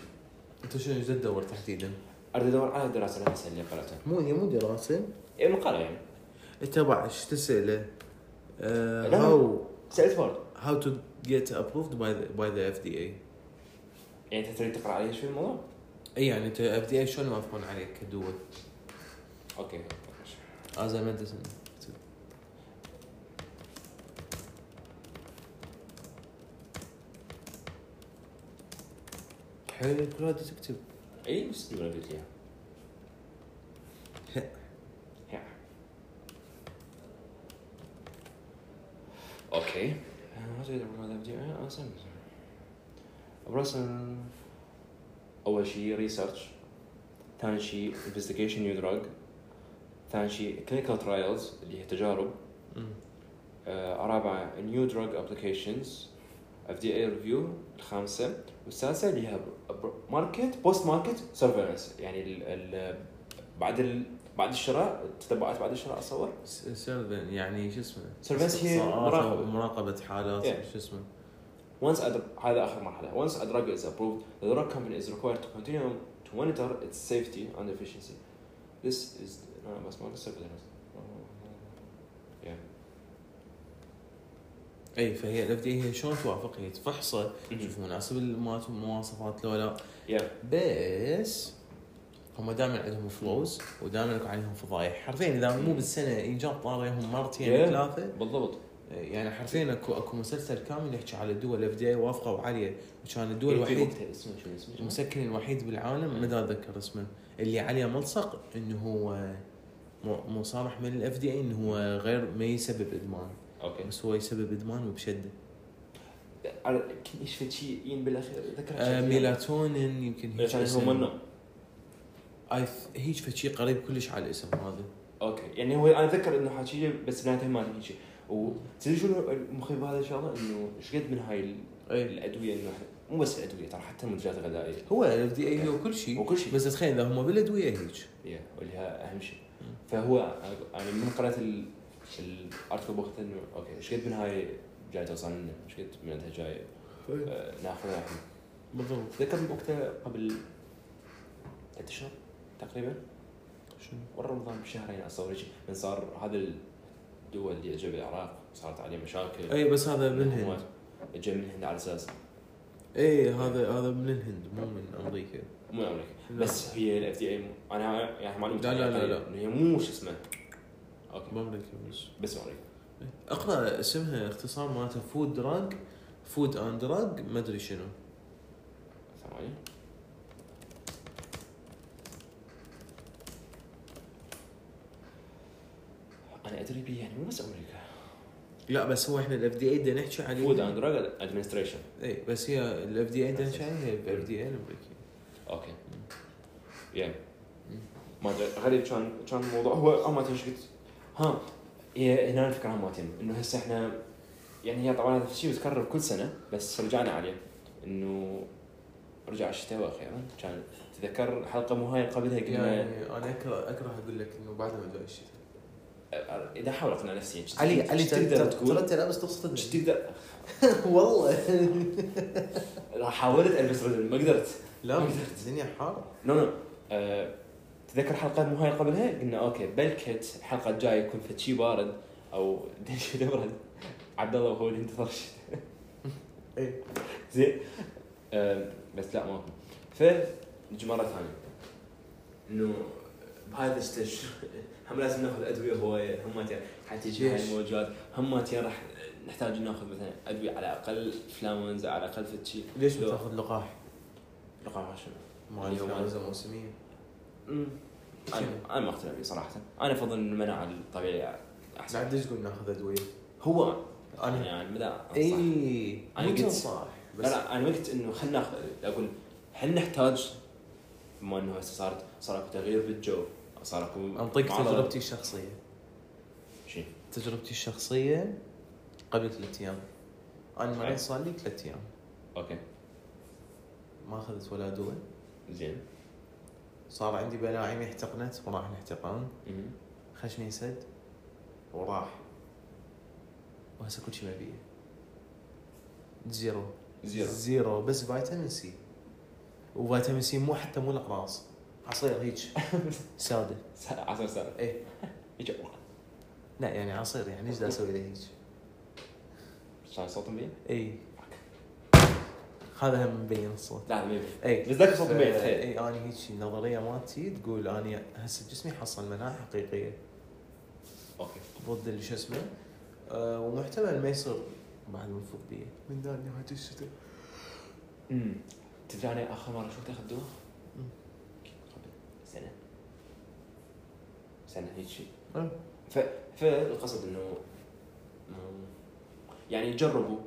[SPEAKER 1] انت شنو ايش تدور تحديدا؟
[SPEAKER 2] اريد ادور على الدراسة نفسها اللي قرأتها
[SPEAKER 1] مو هي مو دراسه
[SPEAKER 2] ايه مقالة يعني
[SPEAKER 1] تبع آه، ايش تساله؟
[SPEAKER 2] لا.
[SPEAKER 1] هاو
[SPEAKER 2] سألت فورد
[SPEAKER 1] هاو تو جيت ابروفد باي باي ذا اف دي اي
[SPEAKER 2] يعني انت تريد تقرا عليها شوي الموضوع؟
[SPEAKER 1] اي يعني انت اف دي اي شلون يوافقون عليك كدول؟
[SPEAKER 2] اوكي
[SPEAKER 1] از ميديسن حلو كل هذا تكتب
[SPEAKER 2] اي نفس الجملة اللي قلت لي
[SPEAKER 1] هي.
[SPEAKER 2] اياها اوكي ما أدري إذا هذا بدي- آه، أسم- برسم اول شيء ريسيرش ثاني شيء investigation نيو دراج ثالث شيء clinical ترايلز اللي هي تجارب آه، رابعة نيو دراج ابلكيشنز اف دي اي ريفيو الخامسة والسادسة اللي هي ماركت بوست ماركت سيرفيلنس يعني ال ال بعد ال بعد الشراء التتبعات بعد الشراء اتصور
[SPEAKER 1] سيرفن يعني شو اسمه؟
[SPEAKER 2] Surveillance هي
[SPEAKER 1] مراقبة
[SPEAKER 2] مراقبة.
[SPEAKER 1] مراقبة حالات
[SPEAKER 2] Yeah.
[SPEAKER 1] شو اسمه؟
[SPEAKER 2] once a- هذا اخر مرحلة once a drug is approved the drug company is required to continue to monitor its safety and efficiency this is no, بس ما surveillance
[SPEAKER 1] اي إيه، فهي الاف دي هي شلون توافق هي تفحصه تشوف مناسب المات والمواصفات لو لا
[SPEAKER 2] yeah
[SPEAKER 1] بس هم دائما عندهم فلوز ودائما يكون عليهم فضايح حرفيا اذا مو بالسنه ايجاب طار يهم مرتين
[SPEAKER 2] Yeah.
[SPEAKER 1] ثلاثه
[SPEAKER 2] بالضبط
[SPEAKER 1] يعني حرفيا اكو اكو مسلسل كامل يحكي على الدول اف دي وافقوا عليه وكان الدول
[SPEAKER 2] إيه،
[SPEAKER 1] الوحيد
[SPEAKER 2] اسمه شنو اسمه
[SPEAKER 1] المسكن الوحيد بالعالم ما دا اتذكر اسمه اللي عليه ملصق انه هو مو- مصارح من الاف دي اي انه هو غير ما يسبب ادمان
[SPEAKER 2] اوكي
[SPEAKER 1] بس هو يسبب ادمان وبشده
[SPEAKER 2] يمكن ايش في شيء ين بالاخير ذكرت
[SPEAKER 1] آه ميلاتونين يمكن هيك
[SPEAKER 2] عشان يعني هو
[SPEAKER 1] اسم.
[SPEAKER 2] منه
[SPEAKER 1] اي ث- هيك فشي قريب كلش على الاسم هذا
[SPEAKER 2] اوكي يعني هو انا اتذكر انه حكي لي بس بناته ما ادري شيء وتدري شنو المخيف بهذا ان شاء الله انه ايش قد من هاي ال-
[SPEAKER 1] اي
[SPEAKER 2] الادويه انه إحنا- مو بس الادويه ترى حتى المنتجات الغذائيه
[SPEAKER 1] إيه. هو الاف دي اي هو كل شيء
[SPEAKER 2] إيه. وكل شيء
[SPEAKER 1] بس تخيل اذا هم بالادويه هيك
[SPEAKER 2] يا، واللي ها اهم شيء
[SPEAKER 1] مم.
[SPEAKER 2] فهو يعني من قرات ال- الارتكل بوقت انه اوكي ايش قد من هاي جاي توصل لنا ايش قد منها جاي آه، ناخذها احنا
[SPEAKER 1] بالضبط
[SPEAKER 2] تذكر وقتها قبل ثلاث اشهر تقريبا
[SPEAKER 1] شنو
[SPEAKER 2] ورا رمضان بشهرين اصور هيك من صار هذا الدول اللي اجى بالعراق صارت عليه مشاكل
[SPEAKER 1] اي إيه، بس هذا من
[SPEAKER 2] هو
[SPEAKER 1] الهند
[SPEAKER 2] اجى من الهند على اساس
[SPEAKER 1] اي إيه،
[SPEAKER 2] إيه.
[SPEAKER 1] هذا هذا من الهند مو من امريكا
[SPEAKER 2] مو امريكا
[SPEAKER 1] لا.
[SPEAKER 2] بس هي الاف دي اي انا يعني معلومة
[SPEAKER 1] لا، لا، لا، لا.
[SPEAKER 2] إنه هي مو شو اسمه اوكي
[SPEAKER 1] بامريكا بس
[SPEAKER 2] بس امريكا
[SPEAKER 1] اقرا اسمها اختصار مالته فود دراج فود اند دراج ما ادري شنو
[SPEAKER 2] ثواني انا ادري بيه يعني مو بس امريكا
[SPEAKER 1] لا بس هو احنا الاف دي اي بدنا نحكي عليه
[SPEAKER 2] فود اند دراج ادمنستريشن
[SPEAKER 1] اي بس هي الاف دي اي بدنا نحكي عليها هي الاف دي اي الامريكي
[SPEAKER 2] اوكي يعني ما ادري غريب كان كان الموضوع هو ما ادري إيش قلت ها هي هنا الفكره مالتين انه هسه احنا يعني هي طبعا هذا الشيء يتكرر كل سنه بس رجعنا عليه انه رجع الشتاء واخيرا كان تذكر حلقه مو هاي اللي قبلها قلنا
[SPEAKER 1] يعني انا اكره اكره اقول لك انه بعد ما جاء الشتاء
[SPEAKER 2] اذا احاول اقنع نفسي إيش
[SPEAKER 1] علي علي
[SPEAKER 2] تقدر تقول
[SPEAKER 1] انت لابس
[SPEAKER 2] إيش
[SPEAKER 1] تقصد
[SPEAKER 2] تقدر
[SPEAKER 1] والله
[SPEAKER 2] حاولت البس رجل ما قدرت
[SPEAKER 1] لا الدنيا حاره
[SPEAKER 2] نو نو آه، تذكر حلقه مو هاي اللي قبلها قلنا اوكي بلكت الحلقه الجايه يكون في شيء بارد او دش برد عبد الله وهو اللي انتظر الشتاء.
[SPEAKER 1] إيه.
[SPEAKER 2] زين آه، بس لا ماكو فنجي مره ثانيه انه بهذا الستش هم لازم ناخذ ادويه هوايه هم حتى يجي هاي
[SPEAKER 1] ليش؟
[SPEAKER 2] الموجات هم راح نحتاج ناخذ مثلا ادويه على الاقل فلاونز على الاقل فتشي
[SPEAKER 1] ليش
[SPEAKER 2] لو-
[SPEAKER 1] بتاخذ لقاح؟
[SPEAKER 2] رقم 10
[SPEAKER 1] مال
[SPEAKER 2] اليوم.
[SPEAKER 1] الفيروزه موسميه
[SPEAKER 2] انا انا ما اقتنع فيه صراحه انا افضل المناعه الطبيعيه احسن
[SPEAKER 1] بعد ليش قلنا ناخذ ادويه؟
[SPEAKER 2] هو انا
[SPEAKER 1] انا
[SPEAKER 2] يعني لا أنصح.
[SPEAKER 1] اي
[SPEAKER 2] أنا
[SPEAKER 1] مو
[SPEAKER 2] قلت-
[SPEAKER 1] صح
[SPEAKER 2] لا
[SPEAKER 1] إيه، بس
[SPEAKER 2] لا انا قلت انه خلينا ناخذ- اقول هل نحتاج بما انه هسه صارت صار اكو تغيير بالجو صار اكو
[SPEAKER 1] انطق
[SPEAKER 2] معضلة.
[SPEAKER 1] تجربتي الشخصيه
[SPEAKER 2] شي.
[SPEAKER 1] تجربتي الشخصيه قبل ثلاث ايام انا
[SPEAKER 2] حلو.
[SPEAKER 1] مريض صار لي ثلاث ايام
[SPEAKER 2] اوكي
[SPEAKER 1] ما اخذت ولا دواء
[SPEAKER 2] زين
[SPEAKER 1] صار عندي بلاعيمي احتقنت وراح الاحتقان
[SPEAKER 2] مم.
[SPEAKER 1] خشمي سد وراح وهسه كل شيء مبيئي زيرو
[SPEAKER 2] زيرو
[SPEAKER 1] زيرو بس فيتامين سي وفيتامين سي مو حتى مو الاقراص عصير هيك ساده
[SPEAKER 2] 10 سنه
[SPEAKER 1] ايه
[SPEAKER 2] اجا
[SPEAKER 1] لا يعني عصير يعني ايش دا اسوي له هيك
[SPEAKER 2] كان صوت مبين؟
[SPEAKER 1] اي هذا هم مبين الصوت
[SPEAKER 2] لا ما يبين
[SPEAKER 1] اي
[SPEAKER 2] بس ذاك صوت
[SPEAKER 1] ف-
[SPEAKER 2] مبين تخيل
[SPEAKER 1] اي انا هيك النظريه مالتي تقول انا هسه جسمي حصل مناعه حقيقيه
[SPEAKER 2] اوكي
[SPEAKER 1] ضد اللي شو اسمه آه ومحتمل ما يصير بعد من فوبيا من دار نهايه الشتاء
[SPEAKER 2] امم تدري انا اخر مره شفت اخذ دواء؟
[SPEAKER 1] أمم.
[SPEAKER 2] قبل سنه سنه هيك شيء
[SPEAKER 1] أه.
[SPEAKER 2] ف فالقصد انه مم. يعني جربوا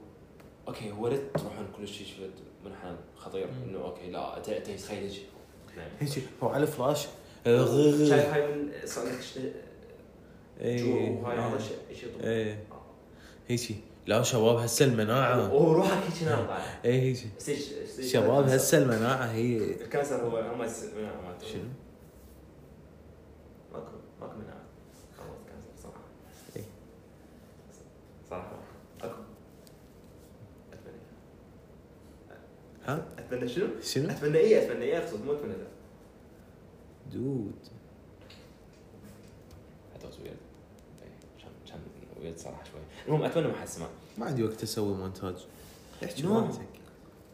[SPEAKER 2] اوكي هو لا تروحون كل شيء شفت منحنى خطير
[SPEAKER 1] أمم.
[SPEAKER 2] انه اوكي لا انت انت تخيل هيك نعم.
[SPEAKER 1] هيك هو على فلاش
[SPEAKER 2] شايف هاي من صار
[SPEAKER 1] اي
[SPEAKER 2] وهاي هذا شيء شيء
[SPEAKER 1] ايه إيه. آه. هيجي لا شباب هسه المناعه
[SPEAKER 2] وروحك هيك نام طالع
[SPEAKER 1] اي هيجي
[SPEAKER 2] ستيج ستيج
[SPEAKER 1] شباب
[SPEAKER 2] الكانسر.
[SPEAKER 1] إيه، هسه المناعه هي
[SPEAKER 2] الكانسر هو هم مناعه مالته
[SPEAKER 1] شنو؟
[SPEAKER 2] ماكو ماكو مناعه خلاص كانسر صراحه
[SPEAKER 1] إيه.
[SPEAKER 2] صراحه اكو اتمنى
[SPEAKER 1] ها؟
[SPEAKER 2] اتمنى شنو؟
[SPEAKER 1] شنو؟
[SPEAKER 2] اتمنى ايه اتمنى ايه اقصد مو اتمنى لا
[SPEAKER 1] دود
[SPEAKER 2] حتى ويرد كان كان ويرد صراحه شوي المهم اتمنى ما حد سمع
[SPEAKER 1] ما عندي وقت اسوي مونتاج احكي
[SPEAKER 2] No.
[SPEAKER 1] براحتك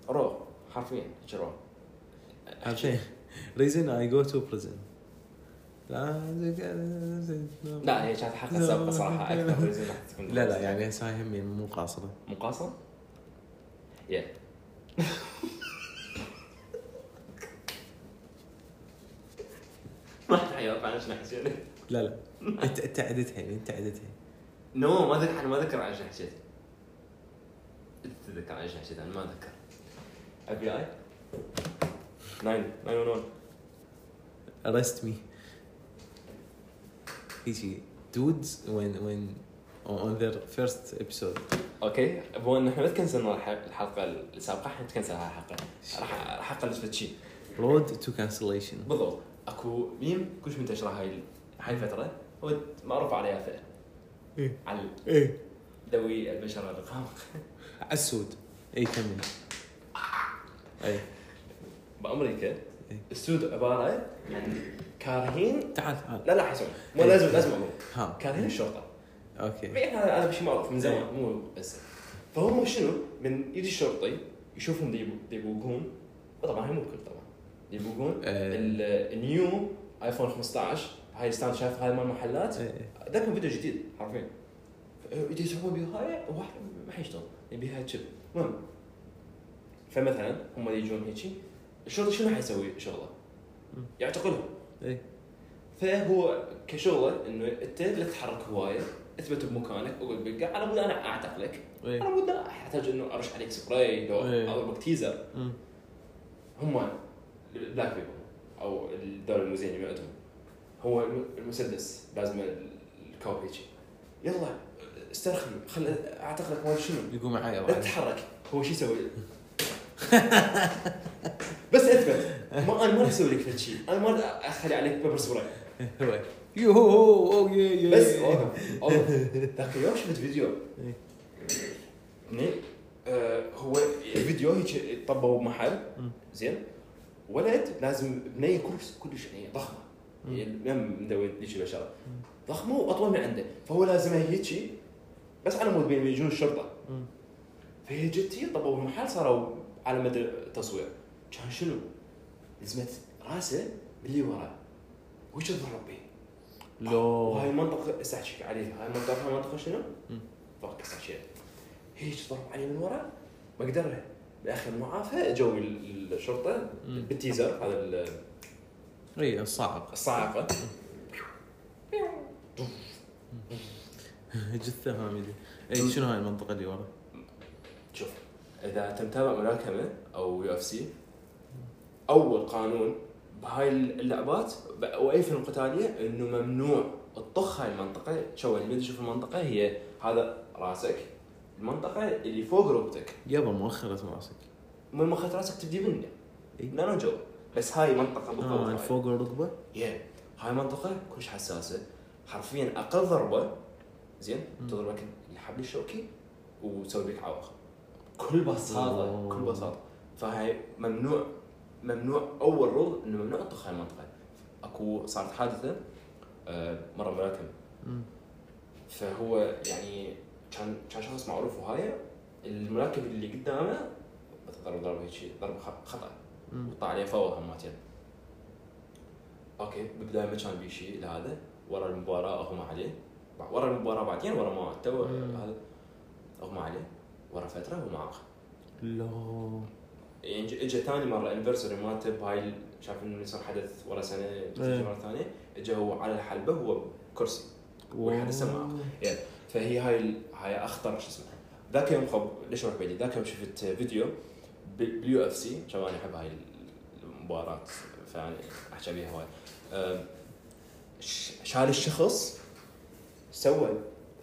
[SPEAKER 2] روح حرفيا هيك روح
[SPEAKER 1] عارفين ريزن اي جو تو بريزن لا
[SPEAKER 2] لا
[SPEAKER 1] إيه.
[SPEAKER 2] هي كانت حلقه سابقه صراحه اكثر ريزن راح تكون
[SPEAKER 1] لا لا يعني هسه هاي همي مو قاصره
[SPEAKER 2] مقاصر؟ يا ما حد حيعرف عن شنو حكينا
[SPEAKER 1] لا لا انت انت عدتها يعني انت عدتها
[SPEAKER 2] نو ما ذكر انا ما ذكر عن شنو حكيت تتذكر عن شنو حكيت انا ما اذكر اي بي اي 911
[SPEAKER 1] ارست مي هيجي دودز وين وين اون ذير فيرست ابيسود
[SPEAKER 2] اوكي بو ان احنا ما تكنسلنا الح- الحلقه السابقه احنا نتكنسل هاي الحلقه راح راح اقلب شيء
[SPEAKER 1] رود تو كانسليشن
[SPEAKER 2] بالضبط اكو ميم كلش منتشره هاي هاي الفتره هو معروف عليها فئه
[SPEAKER 1] إيه.
[SPEAKER 2] على
[SPEAKER 1] ايه
[SPEAKER 2] ذوي البشره الرقاق
[SPEAKER 1] السود اي كمل اي
[SPEAKER 2] بامريكا السود عباره عن كارهين
[SPEAKER 1] تعال تعال
[SPEAKER 2] لا لا حسون مو لازم لازم اقول
[SPEAKER 1] ها
[SPEAKER 2] كارهين الشرطه
[SPEAKER 1] اوكي
[SPEAKER 2] يعني هذا هذا شيء معروف من زمان مو هسه فهم شنو من يجي الشرطي يشوفهم ديبو- ديبوقون طبعا هي مو الكل طبعا ديبوقون
[SPEAKER 1] آه.
[SPEAKER 2] ال- النيو ايفون 15 هاي ستاند شايف هاي مال محلات
[SPEAKER 1] إيه.
[SPEAKER 2] ذاك كان فيديو جديد حرفيا يجي يسحبون بهاي واحد ما حيشتغل يبي هاي تشيب المهم فمثلا هم اللي يجون هيجي الشرطي شنو حيسوي شغله؟
[SPEAKER 1] مم.
[SPEAKER 2] يعتقلهم
[SPEAKER 1] إيه.
[SPEAKER 2] فهو كشغله انه انت لا تتحرك هوايه اثبت بمكانك اقعد بالقاع على مود انا اعتقلك
[SPEAKER 1] إيه.
[SPEAKER 2] على مود لا احتاج انه ارش عليك سبراي لو
[SPEAKER 1] إيه.
[SPEAKER 2] اضربك تيزر
[SPEAKER 1] أمم.
[SPEAKER 2] هم البلاك بيبل او الدوله المزينه عندهم هو الم- المسدس لازم ال- الكوب هيجي يلا استرخي خل اعتقلك ما أدري شنو
[SPEAKER 1] يقوم معاي
[SPEAKER 2] لا تتحرك هو شو يسوي؟ بس اثبت ما انا ما راح اسوي لك فد شيء انا ما راح اخلي عليك بيبر سبراي
[SPEAKER 1] هو. يوهو اوه يا يا
[SPEAKER 2] بس
[SPEAKER 1] يا.
[SPEAKER 2] اوه اوه ذاك اليوم شفت فيديو
[SPEAKER 1] إيه.
[SPEAKER 2] منين؟ آه، هو الفيديو هيك طبوا بمحل
[SPEAKER 1] مم.
[SPEAKER 2] زين ولد لازم بنيه كلش كلش يعني ضخمه
[SPEAKER 1] مم.
[SPEAKER 2] يعني مم مدوي ليش البشره
[SPEAKER 1] مم.
[SPEAKER 2] ضخمه واطول من عنده فهو لازم هيجي بس على مود بين يجون الشرطه
[SPEAKER 1] أمم.
[SPEAKER 2] فهي جتي طبوا بمحل صاروا على مدى تصوير كان شنو؟ لزمت راسه اللي وراه وش ضرب به
[SPEAKER 1] لو
[SPEAKER 2] وهاي المنطقة استحشيك عليها هاي المنطقة هاي منطقة شنو؟
[SPEAKER 1] مم.
[SPEAKER 2] فوق استحشيك هيك ضرب علي من ورا ما قدر باخر معافى اجوا ال- الشرطه
[SPEAKER 1] مم.
[SPEAKER 2] بالتيزر هذا ال-
[SPEAKER 1] اي oh, صعب
[SPEAKER 2] الصاعقه
[SPEAKER 1] جثه هامده اي شنو هاي المنطقه اللي ورا؟
[SPEAKER 2] شوف اذا انت متابع ملاكمه او يو اف سي اول قانون بهاي اللعبات ب- واي فيلم قتاليه انه ممنوع تطخ هاي المنطقه شو اللي بدي تشوف المنطقه هي هذا راسك المنطقه اللي فوق ركبتك
[SPEAKER 1] يابا مؤخره راسك
[SPEAKER 2] من مخيط راسك تبدي منه
[SPEAKER 1] إي.
[SPEAKER 2] نانو جو بس هاي منطقه بالضبط
[SPEAKER 1] اه
[SPEAKER 2] هاي.
[SPEAKER 1] فوق الركبه
[SPEAKER 2] يا هاي منطقة كلش حساسة حرفيا أقل ضربة زين
[SPEAKER 1] مم.
[SPEAKER 2] تضربك الحبل الشوكي وتسوي لك عوائق بكل بساطة
[SPEAKER 1] أوه.
[SPEAKER 2] بكل بساطة فهاي ممنوع ممنوع أول رول إنه ممنوع تطخ هاي المنطقة أكو صارت حادثة آه، مرة ملاكم
[SPEAKER 1] مم.
[SPEAKER 2] فهو يعني كان كان شخص معروف وهاي الملاكم اللي قدامه ضرب ضربة هيك شي، ضربة خ- خطأ
[SPEAKER 1] مم.
[SPEAKER 2] وقطع عليه فاول هماتين اوكي بالبدايه ما كان بي شيء لهذا ورا المباراه اغمى عليه بع- ورا المباراه بعدين ورا ما تو
[SPEAKER 1] مم.
[SPEAKER 2] هذا اغمى عليه ورا فتره هو معاق
[SPEAKER 1] لو
[SPEAKER 2] يعني إج- اجى ثاني مره انفرسري مالته بهاي ال- شاف انه صار حدث ورا سنه تجي
[SPEAKER 1] إيه.
[SPEAKER 2] مره ثانيه اجى هو على الحلبه هو كرسي والحدث معاق. إيه. فهي هاي ال- هاي اخطر شو اسمه ذاك يوم خب ليش اروح بعيد ذاك يوم شفت فيديو باليو اف سي عشان انا احب هاي المباراه فانا احكي بيها هواي أم، ش- شال الشخص سوى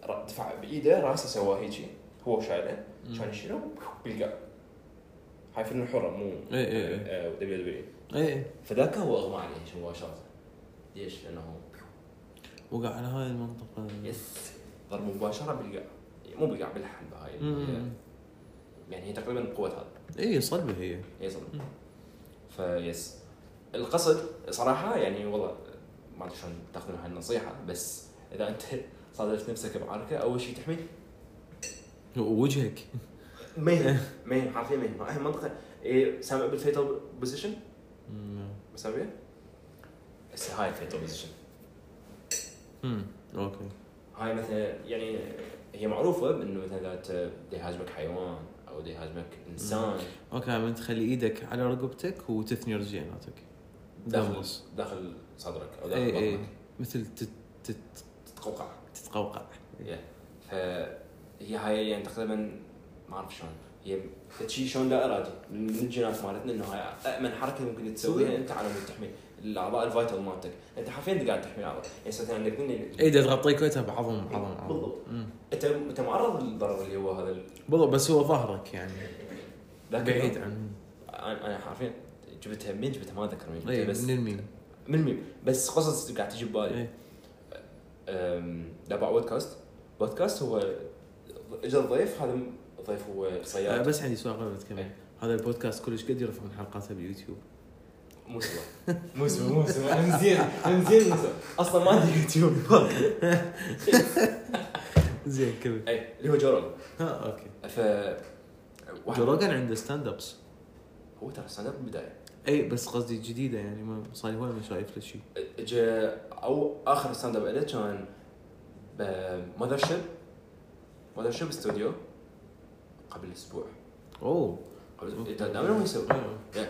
[SPEAKER 2] ر- دفع بايده راسه سواه هيجي هو شايله كان يشيله بالقاع هاي فيلم حره مو آه،
[SPEAKER 1] إيه إيه إيه.
[SPEAKER 2] دبليو دبليو
[SPEAKER 1] اي
[SPEAKER 2] فذاك هو اغمى عليه مباشره ليش؟ لانه هو
[SPEAKER 1] وقع على هاي المنطقه
[SPEAKER 2] يس ضرب مباشره بالقاع مو بالقاع بالحلبه هاي
[SPEAKER 1] مم.
[SPEAKER 2] يعني هي تقريبا قوه هذا يعني
[SPEAKER 1] اي صلبه هي
[SPEAKER 2] هي صدمه
[SPEAKER 1] مم.
[SPEAKER 2] فيس القصد صراحه يعني والله ما ادري شلون تاخذون هاي النصيحه بس اذا انت صادفت نفسك بعركه اول شيء تحمي
[SPEAKER 1] وجهك
[SPEAKER 2] ما يهم ما يهم حرفيا ما يهم هاي منطقه إيه سامع بالفيتال بوزيشن
[SPEAKER 1] مم.
[SPEAKER 2] مسامع بس هاي الفيتال بوزيشن
[SPEAKER 1] مم. اوكي
[SPEAKER 2] هاي مثلا يعني هي معروفه انه مثلا اذا ت- دي يهاجمك حيوان او دي يهاجمك انسان
[SPEAKER 1] اوكي من تخلي ايدك على رقبتك وتثني رجليناتك
[SPEAKER 2] داخل
[SPEAKER 1] بالنص.
[SPEAKER 2] داخل صدرك او داخل
[SPEAKER 1] اي
[SPEAKER 2] بطنك
[SPEAKER 1] اي إيه، مثل تت- تت-
[SPEAKER 2] تتقوقع
[SPEAKER 1] تتقوقع
[SPEAKER 2] إيه. فهي هاي يعني تقريبا ما اعرف شلون هي شيء شلون لا ارادي من الجينات مالتنا انه هاي امن حركه ممكن تسويها انت على مود تحمي الاعضاء الفايتال مالتك انت حرفيا قاعد تحمي الاعضاء يعني مثلا عندك ذني-
[SPEAKER 1] ايده إيه، تغطي كويتها بعظم بعظم بعظم.
[SPEAKER 2] بالضبط.
[SPEAKER 1] مم.
[SPEAKER 2] انت انت معرض للضرر اللي هو هذا ال-
[SPEAKER 1] بالضبط بس هو ظهرك يعني
[SPEAKER 2] ذاك
[SPEAKER 1] بعيد
[SPEAKER 2] اليوم
[SPEAKER 1] عن
[SPEAKER 2] انا أنا حرفيا جبتها من جبتها ما اذكر من
[SPEAKER 1] اي
[SPEAKER 2] جبتها بس
[SPEAKER 1] طيب، إيه، من الميم إيه.
[SPEAKER 2] من ميم بس قصص قاعد تجي ببالي
[SPEAKER 1] اي
[SPEAKER 2] أم، تبع بودكاست بودكاست هو اجى الضيف هذا الضيف هو
[SPEAKER 1] آه،
[SPEAKER 2] صياد
[SPEAKER 1] بس عندي سؤال قبل ما تكمل
[SPEAKER 2] إيه.
[SPEAKER 1] هذا البودكاست كلش قد يرفعون حلقاته باليوتيوب
[SPEAKER 2] مو سوا مو سوا مو سوا انا مزين انا مزين مو سوا اصلا ما عندي يوتيوب
[SPEAKER 1] زين كمل
[SPEAKER 2] اي إيه، اللي هو جورج
[SPEAKER 1] ها اوكي
[SPEAKER 2] ف واحد-
[SPEAKER 1] جروجان عنده ستاند ابس
[SPEAKER 2] هو ترى ستاند اب بالبدايه
[SPEAKER 1] اي إيه، بس قصدي جديده يعني ما صار لي هواي ما شايف له شيء
[SPEAKER 2] اجى او اخر ستاند اب له كان ماذر شيب ماذر شيب استوديو قبل اسبوع
[SPEAKER 1] اوه
[SPEAKER 2] قبل دائما هو يسوي
[SPEAKER 1] أيوة.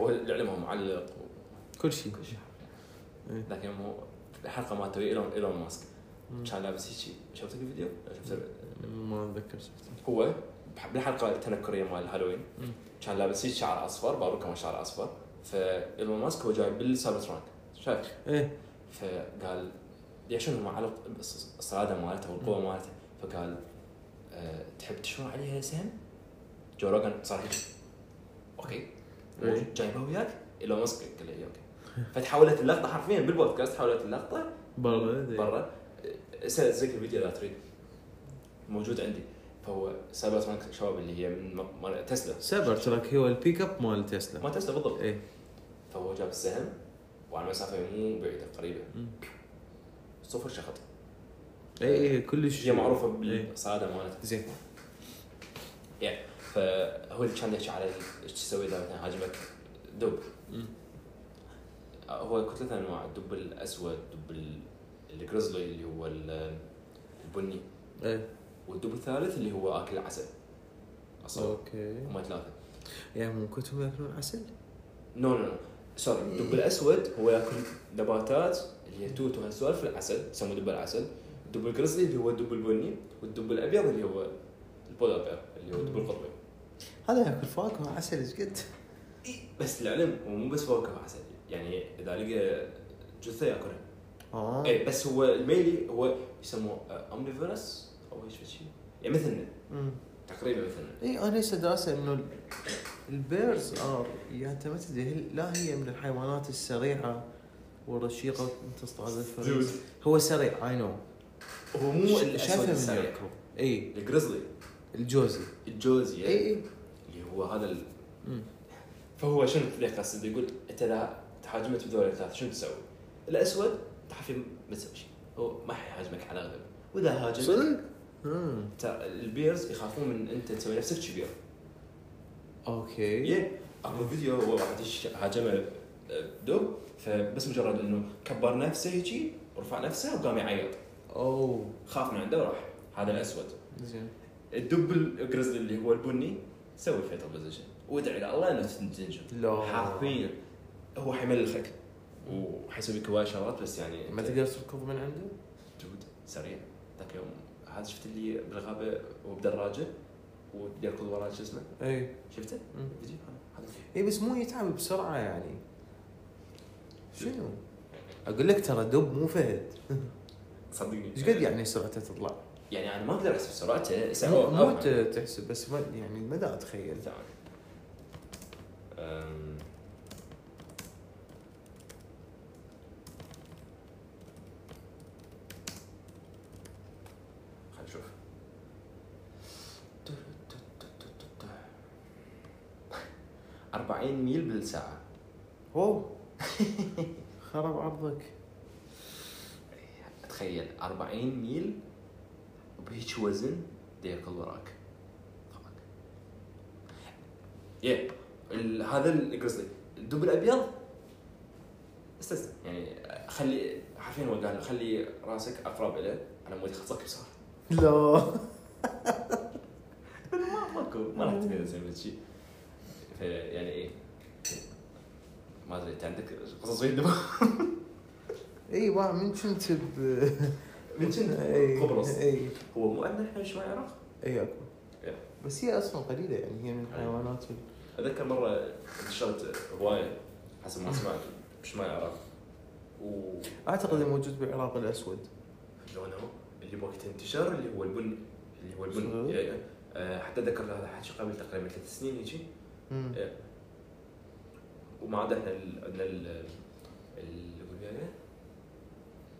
[SPEAKER 2] هو الاعلام هو معلق
[SPEAKER 1] كل شيء
[SPEAKER 2] وكل شيء حرفياً.
[SPEAKER 1] إيه.
[SPEAKER 2] ذاك اليوم هو الحلقه مالته ايلون ايلون ماسك
[SPEAKER 1] مم.
[SPEAKER 2] كان لابس هيك شفتك الفيديو؟ شفت
[SPEAKER 1] ما اتذكر شفته
[SPEAKER 2] هو بح- بالحلقه التنكريه مال الهالوين
[SPEAKER 1] مم.
[SPEAKER 2] كان لابس هيك شعر اصفر باروكه ما شعر اصفر فايلون ماسك هو جاي بالسايبرترونك شايف
[SPEAKER 1] ايه
[SPEAKER 2] فقال يعني شنو معلق الصلاده مالته والقوه
[SPEAKER 1] مم.
[SPEAKER 2] مالته فقال أه تحب تشمر عليها سهم؟ جو روجان صار هيك اوكي
[SPEAKER 1] إيه.
[SPEAKER 2] جايبها وياك؟ ايلون ماسك قال له إيه، اوكي فتحولت اللقطه حرفيا بالبودكاست حولت اللقطه
[SPEAKER 1] برا إيه.
[SPEAKER 2] برا اسال زيك الفيديو اذا تريد موجود عندي فهو سايبر ترانك شباب اللي هي من م- مال تسلا
[SPEAKER 1] سابر تراك هو البيك اب مال
[SPEAKER 2] ما
[SPEAKER 1] تسلا
[SPEAKER 2] تسلا بالضبط
[SPEAKER 1] ايه
[SPEAKER 2] فهو جاب السهم وعلى مسافه مو بعيده قريبه
[SPEAKER 1] مم.
[SPEAKER 2] صفر شخط
[SPEAKER 1] اي اي إيه، كلش
[SPEAKER 2] هي معروفه
[SPEAKER 1] إيه.
[SPEAKER 2] بالصعاده مالتها
[SPEAKER 1] زين
[SPEAKER 2] فهو اللي كان يحكي على ال- ايش تسوي اذا مثلا هاجمك دب
[SPEAKER 1] مم.
[SPEAKER 2] هو كل ثلاث انواع الدب الاسود دب ال- الجريزلي اللي هو ال- البني
[SPEAKER 1] ايه
[SPEAKER 2] والدب الثالث اللي هو اكل العسل اصور
[SPEAKER 1] اوكي
[SPEAKER 2] هم ثلاثه
[SPEAKER 1] يعني مو كلهم ياكلون عسل؟
[SPEAKER 2] نو نو نو سوري الدب الاسود هو ياكل نباتات اللي هي توت وهالسوالف العسل يسموه دب العسل الدب القرزلي اللي هو الدب البني والدب الابيض اللي هو البولار بير اللي هو الدب القطبي
[SPEAKER 1] هذا ياكل فاكهه عسل ايش قد؟
[SPEAKER 2] بس العلم هو مو بس فواكه عسل يعني اذا لقى جثه ياكلها
[SPEAKER 1] اه
[SPEAKER 2] اي إيه، بس هو الميلي هو يسموه آه، اومنيفورس او ايش شيء يعني مثلنا
[SPEAKER 1] مم.
[SPEAKER 2] تقريبا مثلنا
[SPEAKER 1] اي انا لسه دراسه انه ال- البيرز ار يعني انت ما تدري هل- لا هي من الحيوانات السريعه والرشيقه انت تصطاد الفريسه هو سريع اي نو
[SPEAKER 2] هو مو الاسود السريع
[SPEAKER 1] اي
[SPEAKER 2] القرزلي
[SPEAKER 1] إيه، الجوزي
[SPEAKER 2] الجوزي
[SPEAKER 1] اي اي
[SPEAKER 2] اللي هو هذا ال...
[SPEAKER 1] إيه، مم.
[SPEAKER 2] فهو شنو اللي قصد يقول انت لا تهاجمت بدولة ثلاث شنو تسوي؟ الاسود تحفي ما تسوي شيء هو ما حيهاجمك على الاغلب واذا هاجمك
[SPEAKER 1] صدق؟ مم.
[SPEAKER 2] ترى البيرز يخافون من انت تسوي نفسك كبير
[SPEAKER 1] اوكي
[SPEAKER 2] إيه، اكو فيديو هو واحد يش- هاجمه آه، دب فبس مجرد انه كبر نفسه هيجي ورفع نفسه وقام يعيط
[SPEAKER 1] اوه
[SPEAKER 2] خاف من عنده وراح هذا الاسود
[SPEAKER 1] زين
[SPEAKER 2] الدب القرزلي اللي هو البني سوي فيتر بوزيشن وادعي الى الله انه تنجم
[SPEAKER 1] لا
[SPEAKER 2] حرفيا هو حيملخك وحيسوي لك هواي شغلات بس يعني
[SPEAKER 1] ما
[SPEAKER 2] أنت
[SPEAKER 1] تقدر تركض من عنده؟
[SPEAKER 2] جود سريع ذاك يوم هذا شفت اللي بالغابه وبدراجه ويركض وراه شو اسمه
[SPEAKER 1] اي
[SPEAKER 2] شفته؟
[SPEAKER 1] مم.
[SPEAKER 2] فيديو هذا هذا.
[SPEAKER 1] اي إيه. بس مو يتعب بسرعه يعني شنو؟ اقول لك ترى دب مو فهد
[SPEAKER 2] صدقني
[SPEAKER 1] ايش قد يعني سرعته تطلع؟
[SPEAKER 2] يعني انا ما اقدر احسب سرعته oh,
[SPEAKER 1] مو-
[SPEAKER 2] ساعه
[SPEAKER 1] مو ت- تحسب بس ما يعني مدى اتخيل
[SPEAKER 2] ثاني أم. خل نشوف أربعين ميل بالساعة
[SPEAKER 1] اوه خرب عرضك
[SPEAKER 2] تخيل أربعين ميل بهيج وزن ديركل وراك طبعاً. يا ال- هذا القصدي الدب الابيض استسلم يعني خلي حرفيا هو قال خلي راسك اقرب اليه على مود يخصك بسرعه
[SPEAKER 1] لا
[SPEAKER 2] ما ماكو ما راح تقدر تسوي هذا الشيء فيعني ايه ما ادري انت عندك قصص وايد
[SPEAKER 1] اي ما إيه، من إيه. كنت ب
[SPEAKER 2] من شنو؟
[SPEAKER 1] إي،
[SPEAKER 2] قبرص.
[SPEAKER 1] اي
[SPEAKER 2] هو مو انه احنا شوي عراق
[SPEAKER 1] اي اكو
[SPEAKER 2] إيه.
[SPEAKER 1] بس هي اصلا قليله يعني هي من الحيوانات ال-
[SPEAKER 2] اتذكر مره انتشرت هوايه حسب ما سمعت بشمال العراق و
[SPEAKER 1] اعتقد موجود بالعراق الاسود
[SPEAKER 2] لونه اللي وقت انتشار اللي هو البن اللي هو البن
[SPEAKER 1] صحيح.
[SPEAKER 2] يعني آه، حتى ذكر هذا الحكي قبل تقريبا ثلاث سنين هيجي
[SPEAKER 1] مم.
[SPEAKER 2] وما عاد احنا ال- عندنا ال ال- وياه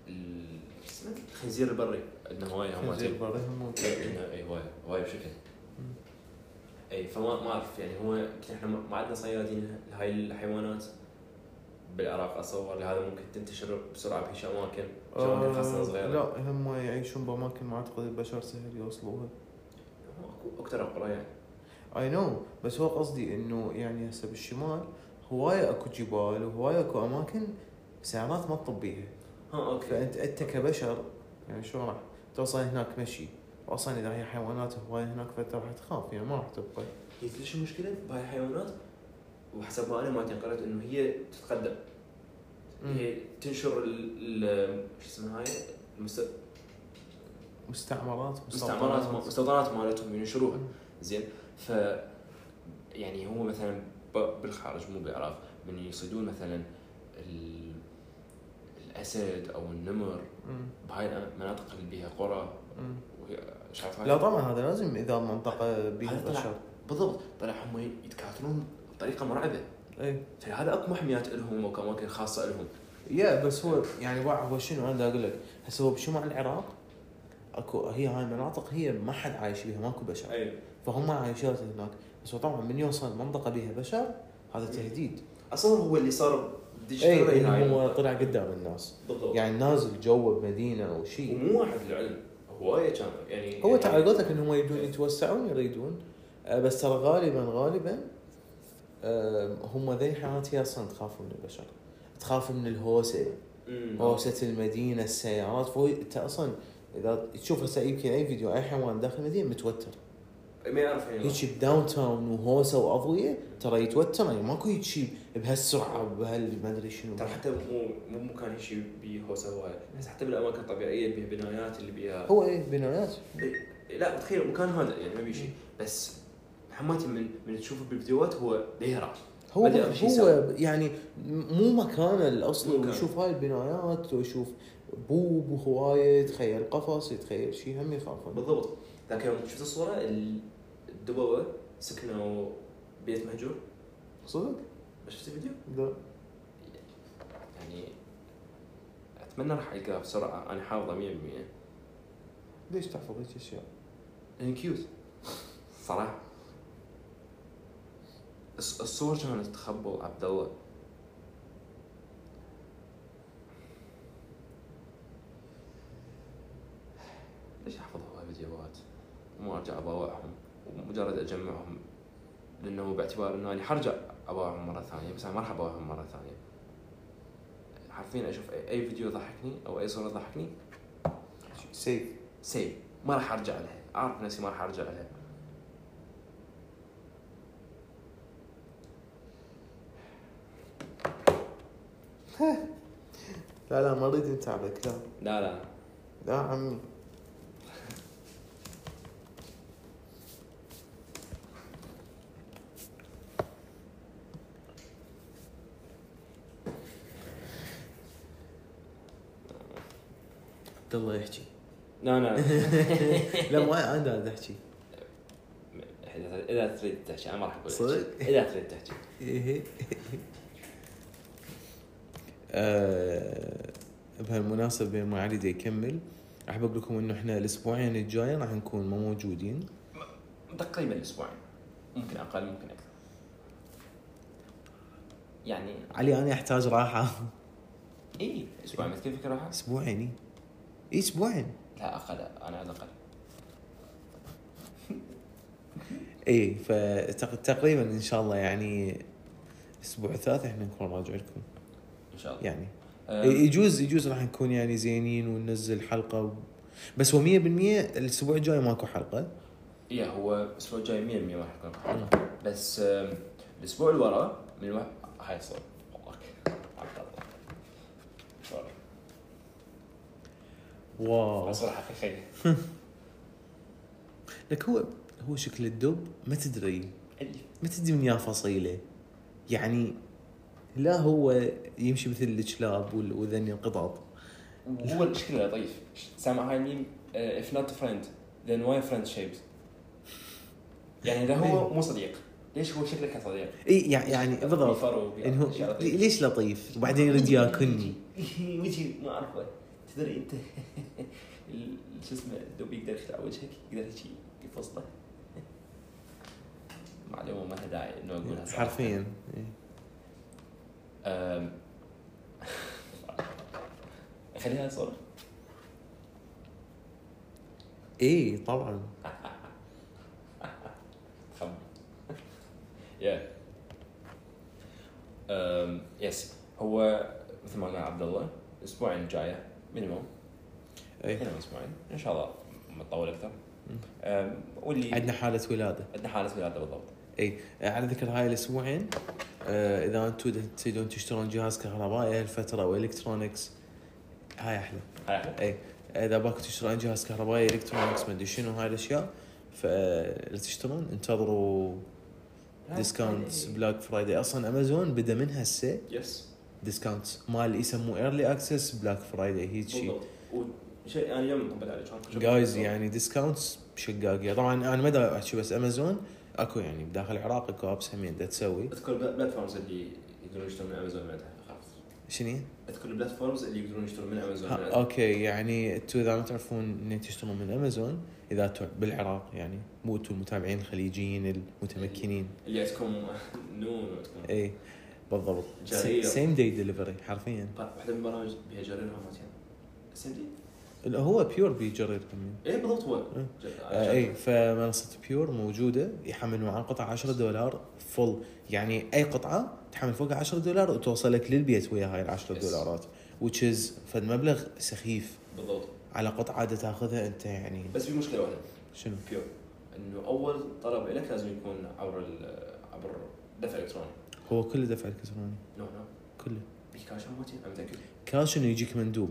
[SPEAKER 2] ال شو اسمه؟ الخنزير البري عندنا هوايه هم
[SPEAKER 1] خنزير
[SPEAKER 2] زين.
[SPEAKER 1] بري هم موجود
[SPEAKER 2] عندنا اي هوايه هوايه بشكل
[SPEAKER 1] مم.
[SPEAKER 2] اي فما ما اعرف يعني هو يمكن احنا ما- ما عندنا صيادين لهاي الحيوانات بالعراق اتصور لهذا ممكن تنتشر بسرعه بهيش اماكن في اماكن خاصه
[SPEAKER 1] آه،
[SPEAKER 2] صغيره
[SPEAKER 1] لا هم يعيشون باماكن ما اعتقد البشر سهل يوصلوها
[SPEAKER 2] هو اكو- اكثر اقرا يعني
[SPEAKER 1] اي نو بس هو قصدي انه يعني هسه بالشمال هوايه اكو جبال وهوايه اكو اماكن سيارات ما تطبيها
[SPEAKER 2] ها اوكي
[SPEAKER 1] فانت انت كبشر يعني شو راح توصل هناك مشي واصلا اذا هي حيوانات هوايه هناك فانت راح تخاف يعني ما راح تبقى
[SPEAKER 2] هي ليش المشكله بهاي الحيوانات وحسب ما انا ما قرأت انه هي تتقدم هي تنشر ال ال- شو اسمها هاي المست-
[SPEAKER 1] مستعمرات
[SPEAKER 2] مستعمرات مستوطنات مالتهم ينشروها
[SPEAKER 1] مم.
[SPEAKER 2] زين ف يعني هو مثلا ب- بالخارج مو بالعراق من يصيدون مثلا ال- الاسد او النمر
[SPEAKER 1] مم.
[SPEAKER 2] بهاي المناطق اللي بيها قرى
[SPEAKER 1] مم.
[SPEAKER 2] مش عارف
[SPEAKER 1] لا طبعا هذا لازم اذا منطقه
[SPEAKER 2] هذا
[SPEAKER 1] بيها
[SPEAKER 2] طلع.
[SPEAKER 1] بشر
[SPEAKER 2] بالضبط طلع هم يتكاثرون بطريقه مرعبه
[SPEAKER 1] اي
[SPEAKER 2] فهذا اكو محميات لهم واماكن خاصه لهم
[SPEAKER 1] يا بس هو يعني واع هو شنو انا اقول لك هسه هو بشمال العراق اكو هي هاي المناطق هي ما حد عايش بيها ماكو بشر
[SPEAKER 2] اي
[SPEAKER 1] فهم عايشات هناك بس هو طبعا من يوصل منطقه بيها بشر هذا تهديد
[SPEAKER 2] اصلا هو اللي صار
[SPEAKER 1] اي
[SPEAKER 2] ديجيتال
[SPEAKER 1] إنه هو طلع قدام الناس
[SPEAKER 2] بالضبط
[SPEAKER 1] يعني نازل جوا بمدينه او شيء
[SPEAKER 2] ومو واحد للعلم هوايه كان يعني
[SPEAKER 1] يعني هو تعليقاتك انهم يريدون يتوسعون يريدون آه، بس ترى غالبا غالبا آه، هم ذي الحيوانات هي اصلا تخاف من البشر تخاف من الهوسه
[SPEAKER 2] مم.
[SPEAKER 1] هوسه المدينه السيارات فهو انت اصلا اذا تشوف هسه يمكن اي فيديو اي حيوان داخل المدينه متوتر
[SPEAKER 2] ما يعرف يعني
[SPEAKER 1] هيك بداون تاون وهوسه واضويه ترى يتوتر يعني ماكو هيك شيء بهالسرعه وبهال ما ادري شنو
[SPEAKER 2] ترى حتى مو مو مكان شيء بيه هوسه هواي بس حتى بالاماكن الطبيعيه بيه بنايات اللي بيها
[SPEAKER 1] هو ايه بنايات
[SPEAKER 2] لا تخيل مكان هذا يعني ما بيه شيء بس حماتي من من تشوفه بالفيديوهات هو ديرة
[SPEAKER 1] هو
[SPEAKER 2] بدي أمشي
[SPEAKER 1] هو
[SPEAKER 2] سوا.
[SPEAKER 1] يعني مو مكانه الاصلي
[SPEAKER 2] مو مكانه.
[SPEAKER 1] ويشوف هاي البنايات ويشوف بوب وهوايه يتخيل قفص يتخيل شيء هم يخافون
[SPEAKER 2] بالضبط ذاك يوم شفت الصوره ال- الدبوه سكنوا بيت مهجور
[SPEAKER 1] صدق؟
[SPEAKER 2] شفت الفيديو؟
[SPEAKER 1] لا.
[SPEAKER 2] يعني اتمنى راح القاه بسرعه انا حافظه 100%
[SPEAKER 1] ليش تحفظ هيك اشياء؟
[SPEAKER 2] لان كيوت صراحه الص- الصور كانت تخبل عبد الله ليش احفظ هواي فيديوهات وما ارجع اباوعهم ومجرد اجمعهم لانه باعتبار انه انا حرجع اباوعهم مره ثانيه بس انا ما راح اباوعهم مره ثانيه حرفيا اشوف أي- اي فيديو ضحكني او اي صوره ضحكني
[SPEAKER 1] سيف
[SPEAKER 2] سيف ما راح ارجع لها اعرف نفسي ما راح ارجع لها
[SPEAKER 1] لا لا ما اريد انت على كلام
[SPEAKER 2] لا لا
[SPEAKER 1] لا عمي عبد الله يحكي
[SPEAKER 2] لا لا
[SPEAKER 1] لا مو انا أنا اللي احكي
[SPEAKER 2] إذا- اذا تريد تحكي انا ما راح اقول
[SPEAKER 1] صدق؟
[SPEAKER 2] لك شيء. اذا تريد تحكي
[SPEAKER 1] إيه. آه، بهالمناسبة بين ما علي دا يكمل احب اقول لكم انه احنا الاسبوعين الجاية راح نكون مو موجودين
[SPEAKER 2] تقريبا اسبوعين ممكن اقل ممكن اكثر يعني
[SPEAKER 1] علي انا احتاج راحة
[SPEAKER 2] اي اسبوعين بس كيف فكره راحه؟
[SPEAKER 1] اسبوعين إيه؟ اي اسبوعين
[SPEAKER 2] لا اقل انا على الاقل
[SPEAKER 1] اي فتقريبا ان شاء الله يعني اسبوع ثلاثة احنا نكون راجع لكم
[SPEAKER 2] ان شاء الله
[SPEAKER 1] يعني
[SPEAKER 2] أم،
[SPEAKER 1] يجوز يجوز راح نكون يعني زينين وننزل حلقة و... بس هو 100% الاسبوع الجاي ماكو حلقة
[SPEAKER 2] يا إيه، هو الاسبوع الجاي 100% ما راح يكون حلقه بس أم، الاسبوع اللي وراه من الوح... هاي صوت اوكي عبد الله سوري
[SPEAKER 1] واو
[SPEAKER 2] صوره حقيقيه
[SPEAKER 1] لك هو هو شكل الدب ما تدري
[SPEAKER 2] اللي
[SPEAKER 1] ما تدري من يا فصيله يعني لا هو يمشي مثل الكلاب وال- وذني القطط
[SPEAKER 2] هو الشكل لطيف سامع هاي الميم uh, if not friend then why friend shaped يعني اذا هو مو صديق ليش هو شكله كصديق؟
[SPEAKER 1] اي يع- يعني بالضبط انه ليش لطيف وبعدين يريد ياكلني
[SPEAKER 2] وجهي ما اعرفه تدري انت ال- شو اسمه الدب يقدر يخلع وجهك يقدر هيك يفصله معلومه ما لها داعي انه اقولها صراحة.
[SPEAKER 1] حرفيا إي.
[SPEAKER 2] أم. خليها صوره
[SPEAKER 1] اي طبعا
[SPEAKER 2] خم يا أم، يس Um, هو مثل ما قال عبد الله الاسبوعين الجايه مينيموم
[SPEAKER 1] اي
[SPEAKER 2] مينيموم اسبوعين ان شاء الله ما تطول اكثر
[SPEAKER 1] إيه. مم.
[SPEAKER 2] أم، واللي
[SPEAKER 1] عندنا حالة ولادة
[SPEAKER 2] عندنا حاله ولاده بالضبط
[SPEAKER 1] آه، على ذكر هاي الاسبوعين آه، اذا انتم تريدون تشترون جهاز كهربائي هالفترة او الكترونكس هاي احلى
[SPEAKER 2] هاي أحلى.
[SPEAKER 1] اي اذا باكو تشترون جهاز كهربائي الكترونكس ما ادري شنو هاي الاشياء فلا تشترون انتظروا
[SPEAKER 2] آه،
[SPEAKER 1] ديسكاونت
[SPEAKER 2] إيه.
[SPEAKER 1] بلاك فرايداي اصلا امازون بدا من هسه
[SPEAKER 2] يس
[SPEAKER 1] ديسكاونت مال يسموه ايرلي اكسس بلاك فرايداي هيك شيء
[SPEAKER 2] بالضبط وشيء انا يوم طبعا عليه كان شوف-
[SPEAKER 1] جايز يعني ديسكاونت شقاقيه طبعا انا ما دا احكي بس امازون اكو يعني بداخل العراق اكو ابس همين دا تسوي
[SPEAKER 2] اذكر البلا- البلاتفورمز اللي يقدرون يشترون من امازون من عندها خلاص
[SPEAKER 1] شنو؟
[SPEAKER 2] اذكر البلاتفورمز اللي يقدرون يشترون من
[SPEAKER 1] ها،
[SPEAKER 2] امازون من عندها.
[SPEAKER 1] اوكي يعني انتم اذا ما تعرفون ان تشترون من امازون اذا انتم بالعراق يعني مو انتم المتابعين الخليجيين المتمكنين
[SPEAKER 2] اللي عندكم نون وعندكم
[SPEAKER 1] اي إيه، بالضبط
[SPEAKER 2] جريرة.
[SPEAKER 1] سيم داي ديليفري حرفيا
[SPEAKER 2] واحده من البرامج بها جرير رمضان سندي
[SPEAKER 1] لا، هو بيور بيجرير كمان
[SPEAKER 2] ايه بالضبط هو
[SPEAKER 1] إيه.
[SPEAKER 2] جد-
[SPEAKER 1] آه، اي فمنصه بيور موجوده يحمل معاه قطعه 10 دولار فل يعني اي قطعه تحمل فوقها 10 دولار وتوصلك للبيت ويا هاي ال 10
[SPEAKER 2] Yes.
[SPEAKER 1] دولارات وتشز فد مبلغ سخيف
[SPEAKER 2] بالضبط
[SPEAKER 1] على قطعه دا تاخذها انت يعني
[SPEAKER 2] بس في مشكله واحده
[SPEAKER 1] شنو؟
[SPEAKER 2] بيور انه اول طلب لك لازم يكون عبر ال- عبر دفع الكتروني
[SPEAKER 1] هو كله دفع الكتروني
[SPEAKER 2] نو نو
[SPEAKER 1] كله
[SPEAKER 2] بكاش او ماتي انا متاكد
[SPEAKER 1] كاش انه يجيك مندوب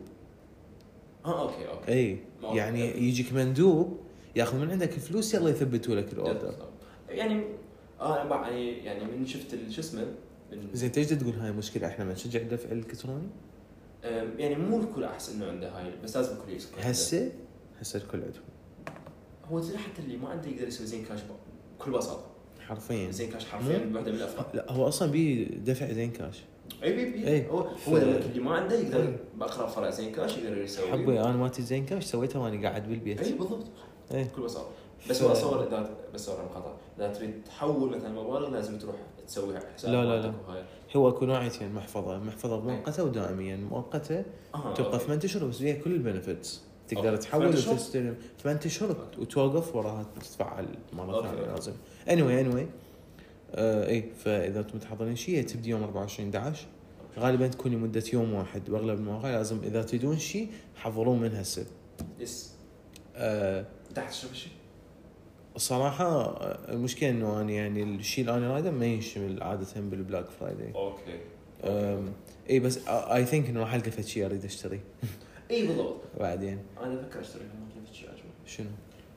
[SPEAKER 2] اه اوكي اوكي
[SPEAKER 1] اي
[SPEAKER 2] ما-
[SPEAKER 1] يعني يجيك مندوب ياخذ من عندك فلوس يلا يثبتوا لك الاوردر
[SPEAKER 2] يعني اه انا بع- يعني يعني من شفت ال- شو اسمه من
[SPEAKER 1] زين تجي تقول هاي مشكله احنا ما نشجع الدفع الالكتروني
[SPEAKER 2] أم، يعني مو الكل احس انه عنده هاي بس لازم الكل يسكر
[SPEAKER 1] هسه هسه الكل عندهم
[SPEAKER 2] هو ترى حتى اللي ما عنده يقدر يسوي زين كاش ب- بكل بساطه
[SPEAKER 1] حرفيا
[SPEAKER 2] زين كاش حرفيا
[SPEAKER 1] إيه. مو؟
[SPEAKER 2] واحده من الافضل
[SPEAKER 1] لا هو اصلا بي دفع زين كاش
[SPEAKER 2] اي بي بي
[SPEAKER 1] إي.
[SPEAKER 2] هو
[SPEAKER 1] إيه. ف- إيه.
[SPEAKER 2] هو اللي ما عنده يقدر باقرب فرع زين كاش يقدر يسوي
[SPEAKER 1] حبي انا مالتي زين كاش سويتها وانا قاعد
[SPEAKER 2] اي
[SPEAKER 1] بالبيت إيه.
[SPEAKER 2] بالضبط
[SPEAKER 1] إي.
[SPEAKER 2] بكل بساطه بس
[SPEAKER 1] ف-
[SPEAKER 2] هو اصور اذا بس انا خطا اذا تريد تحول مثلا مبالغ لازم تروح تسوي حساب
[SPEAKER 1] لا، لا، لا.
[SPEAKER 2] مالتك وهاي.
[SPEAKER 1] هو يعني اكو نوعيتين محفظه محفظه مؤقته ودائميه المؤقته
[SPEAKER 2] إيه. آه،
[SPEAKER 1] تبقى
[SPEAKER 2] أوكي.
[SPEAKER 1] ثمان اشهر بس فيها كل البنفتس تقدر
[SPEAKER 2] أوكي.
[SPEAKER 1] تحول
[SPEAKER 2] ثمانية أشهر؟
[SPEAKER 1] وتستلم ثمان اشهر وتوقف وراها تتفعل مره
[SPEAKER 2] أوكي.
[SPEAKER 1] ثانيه لازم آه، اني واي اني واي اي فاذا انتم إيه، متحضرين شيء هي تبدي يوم 24 11 غالبا تكون لمده يوم واحد واغلب المواقع لازم اذا تريدون شيء حضروه من هسه
[SPEAKER 2] يس
[SPEAKER 1] أه
[SPEAKER 2] تحت شوف شيء
[SPEAKER 1] الصراحه آه، المشكله انه انا يعني الشيء اللي انا رايده ما ينشمل عاده بالبلاك فرايداي
[SPEAKER 2] اوكي
[SPEAKER 1] اي بس آه، اي ثينك انه راح القى فد شيء اريد اشتري
[SPEAKER 2] اي إيه، بالضبط
[SPEAKER 1] بعدين
[SPEAKER 2] انا افكر اشتري ما كيف شيء عجبني
[SPEAKER 1] يعني. شنو؟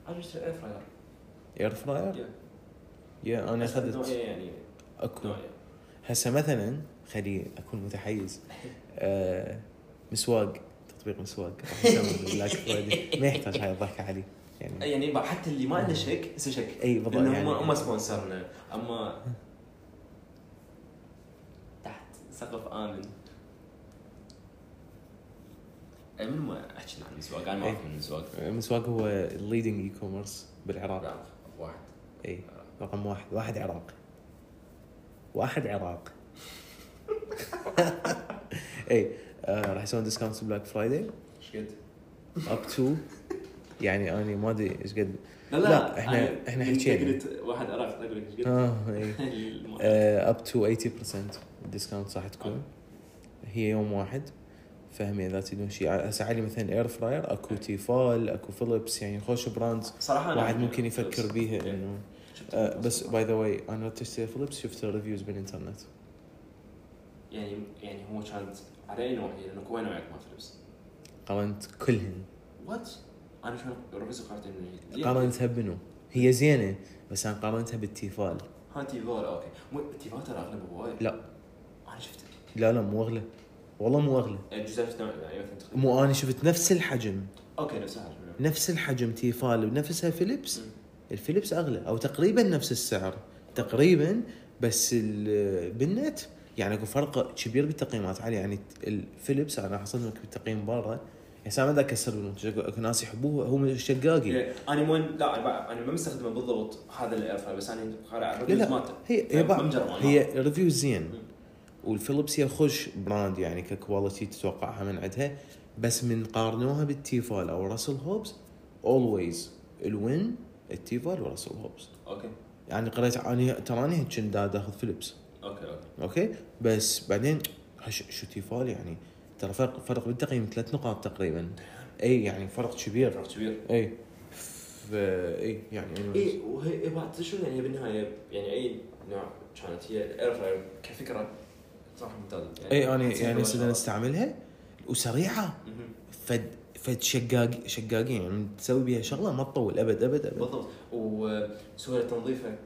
[SPEAKER 2] عجبني اشتري اير فراير
[SPEAKER 1] اير فراير؟ يا انا اخذت
[SPEAKER 2] نوعية يعني
[SPEAKER 1] اكو
[SPEAKER 2] نوعية
[SPEAKER 1] هسه مثلا خلي اكون متحيز آه مسواق تطبيق مسواق راح يسمونه بلاك فرايداي ما يحتاج هاي الضحكه علي يعني
[SPEAKER 2] يعني بقى حتى اللي ما عنده شك يصير شك
[SPEAKER 1] اي بالضبط
[SPEAKER 2] لانه هم هم
[SPEAKER 1] يعني
[SPEAKER 2] سبونسرنا اما تحت سقف امن أي من ما احكي عن السواق انا ما اعرف من السواق
[SPEAKER 1] مسواق هو الليدنج اي كوميرس بالعراق
[SPEAKER 2] واحد
[SPEAKER 1] اي رقم واحد واحد عراق واحد عراق اي آه راح يسوون ديسكاونت بلاك فرايداي
[SPEAKER 2] ايش قد؟
[SPEAKER 1] اب تو يعني اني ما ادري ايش قد
[SPEAKER 2] لا
[SPEAKER 1] لا، إحنا-
[SPEAKER 2] أنا
[SPEAKER 1] إحنا
[SPEAKER 2] أنت
[SPEAKER 1] حكينا. آه،
[SPEAKER 2] قلت واحد عرفت اقول لك ايش قد؟
[SPEAKER 1] اه اي اب تو 80% ديسكاونت راح تكون هي يوم واحد فهمي اذا تريدون شيء هسه علي مثلا اير فراير اكو تيفال اكو فيليبس يعني خوش براندز
[SPEAKER 2] صراحه إيه. أنا
[SPEAKER 1] واحد
[SPEAKER 2] عندي
[SPEAKER 1] ممكن
[SPEAKER 2] فلوس.
[SPEAKER 1] يفكر بيها انه
[SPEAKER 2] شفت
[SPEAKER 1] آه
[SPEAKER 2] الفلوس.
[SPEAKER 1] بس باي ذا واي انا رحت اشتري فيليبس شفت الريفيوز بالانترنت
[SPEAKER 2] يعني يعني هو كانت على اي نوعيه لانه كوين نوعيه ما فلوس
[SPEAKER 1] قارنت كلهن
[SPEAKER 2] وات انا شلون الرزق قارتين من هي
[SPEAKER 1] قارنتها بنو هي زينه بس انا قارنتها بالتيفال
[SPEAKER 2] ها تيفال اوكي مو تيفال ترى اغلبه هواي
[SPEAKER 1] لا.
[SPEAKER 2] انا شفت
[SPEAKER 1] لا لا مو اغلى والله مو اغلى
[SPEAKER 2] الجزء شفت نوع- يعني مثلا تقريبا
[SPEAKER 1] مو انا شفت نفس الحجم
[SPEAKER 2] اوكي نفس الحجم
[SPEAKER 1] نفس الحجم تيفال بنفسها فيليبس
[SPEAKER 2] مم.
[SPEAKER 1] الفيليبس اغلى او تقريبا نفس السعر تقريبا بس ال- بالنت يعني اكو فرق كبير بالتقييمات علي يعني الفيليبس انا حصلت لك بالتقييم برا يعني سامع ذاك كسر بالمنتج أكو- اكو ناس يحبوه هو شقاقي
[SPEAKER 2] يعني انا مو لا أنا بع- انا ما مستخدمه بالضبط هذا الاير فراير بس انا قارع على الريفيوز
[SPEAKER 1] لا.
[SPEAKER 2] مالته
[SPEAKER 1] هي هي,
[SPEAKER 2] ما مجرب،
[SPEAKER 1] بعض-
[SPEAKER 2] أنا
[SPEAKER 1] هي ريفيو زين
[SPEAKER 2] مم.
[SPEAKER 1] والفيليبس هي خوش براند يعني ككواليتي تتوقعها من عندها بس من قارنوها بالتيفال او راسل هوبز اولويز الوين التيفال وراسل هوبز
[SPEAKER 2] اوكي
[SPEAKER 1] يعني قريت انا تراني هيك كنت دا- داخذ فيليبس
[SPEAKER 2] اوكي اوكي
[SPEAKER 1] اوكي بس بعدين هش شو تيفال يعني ترى فرق فرق بالتقييم ثلاث نقاط تقريبا اي يعني فرق كبير
[SPEAKER 2] فرق كبير
[SPEAKER 1] اي فا اي يعني anyways.
[SPEAKER 2] اي وهي إيه بعد شو يعني بالنهايه يعني اي نوع كانت هي الاير فراير كفكره صراحه ممتازه
[SPEAKER 1] اي انا يعني
[SPEAKER 2] حسيت
[SPEAKER 1] هسه استعملها وسريعه
[SPEAKER 2] مهم.
[SPEAKER 1] فد فد شقاق شقاقين يعني تسوي بها شغله ما تطول ابد ابد ابد
[SPEAKER 2] بالضبط وسهوله تنظيفها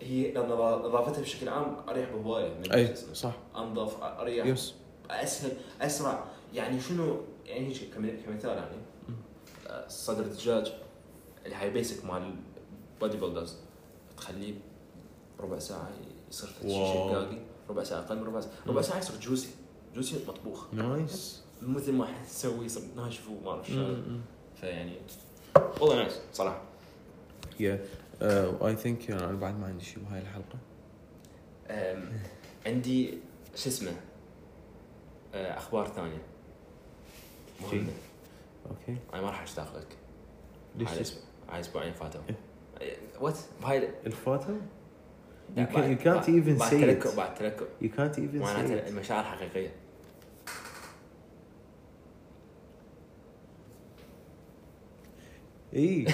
[SPEAKER 2] هي لان نظافتها بشكل عام اريح بهوايه من
[SPEAKER 1] اي صح
[SPEAKER 2] انظف اريح
[SPEAKER 1] يس
[SPEAKER 2] اسهل اسرع يعني شنو يعني هيك كم- كمثال يعني
[SPEAKER 1] مم.
[SPEAKER 2] آه، صدر الدجاج الهاي بيسك مال بودي بيلدرز تخليه ربع ساعه يصير فد شي
[SPEAKER 1] واو.
[SPEAKER 2] شقاقي ربع ساعه اقل من ربع ساعه ربع
[SPEAKER 1] مم.
[SPEAKER 2] ساعه يصير جوسي جوسي مطبوخ
[SPEAKER 1] نايس
[SPEAKER 2] مثل ما نسوي يصير ناشف وما اعرف شلون
[SPEAKER 1] مم.
[SPEAKER 2] فيعني والله نايس صراحه
[SPEAKER 1] يا اي ثينك انا بعد ما عندي شيء بهاي الحلقه
[SPEAKER 2] أم، عندي شو اسمه أه، اخبار ثانيه مهمه
[SPEAKER 1] اوكي
[SPEAKER 2] انا ما راح اشتاقلك
[SPEAKER 1] ليش
[SPEAKER 2] على
[SPEAKER 1] تسمع؟
[SPEAKER 2] اسبوع على اسبوعين فاتوا
[SPEAKER 1] إيه.
[SPEAKER 2] وات بهاي
[SPEAKER 1] الفاتو
[SPEAKER 2] لا،
[SPEAKER 1] You can-
[SPEAKER 2] بعد-
[SPEAKER 1] you can't
[SPEAKER 2] بعد-
[SPEAKER 1] even
[SPEAKER 2] بعد
[SPEAKER 1] say it.
[SPEAKER 2] تلكؤ بعد تلكؤ
[SPEAKER 1] يو كانت ايفن
[SPEAKER 2] معناته المشاعر حقيقيه
[SPEAKER 1] اي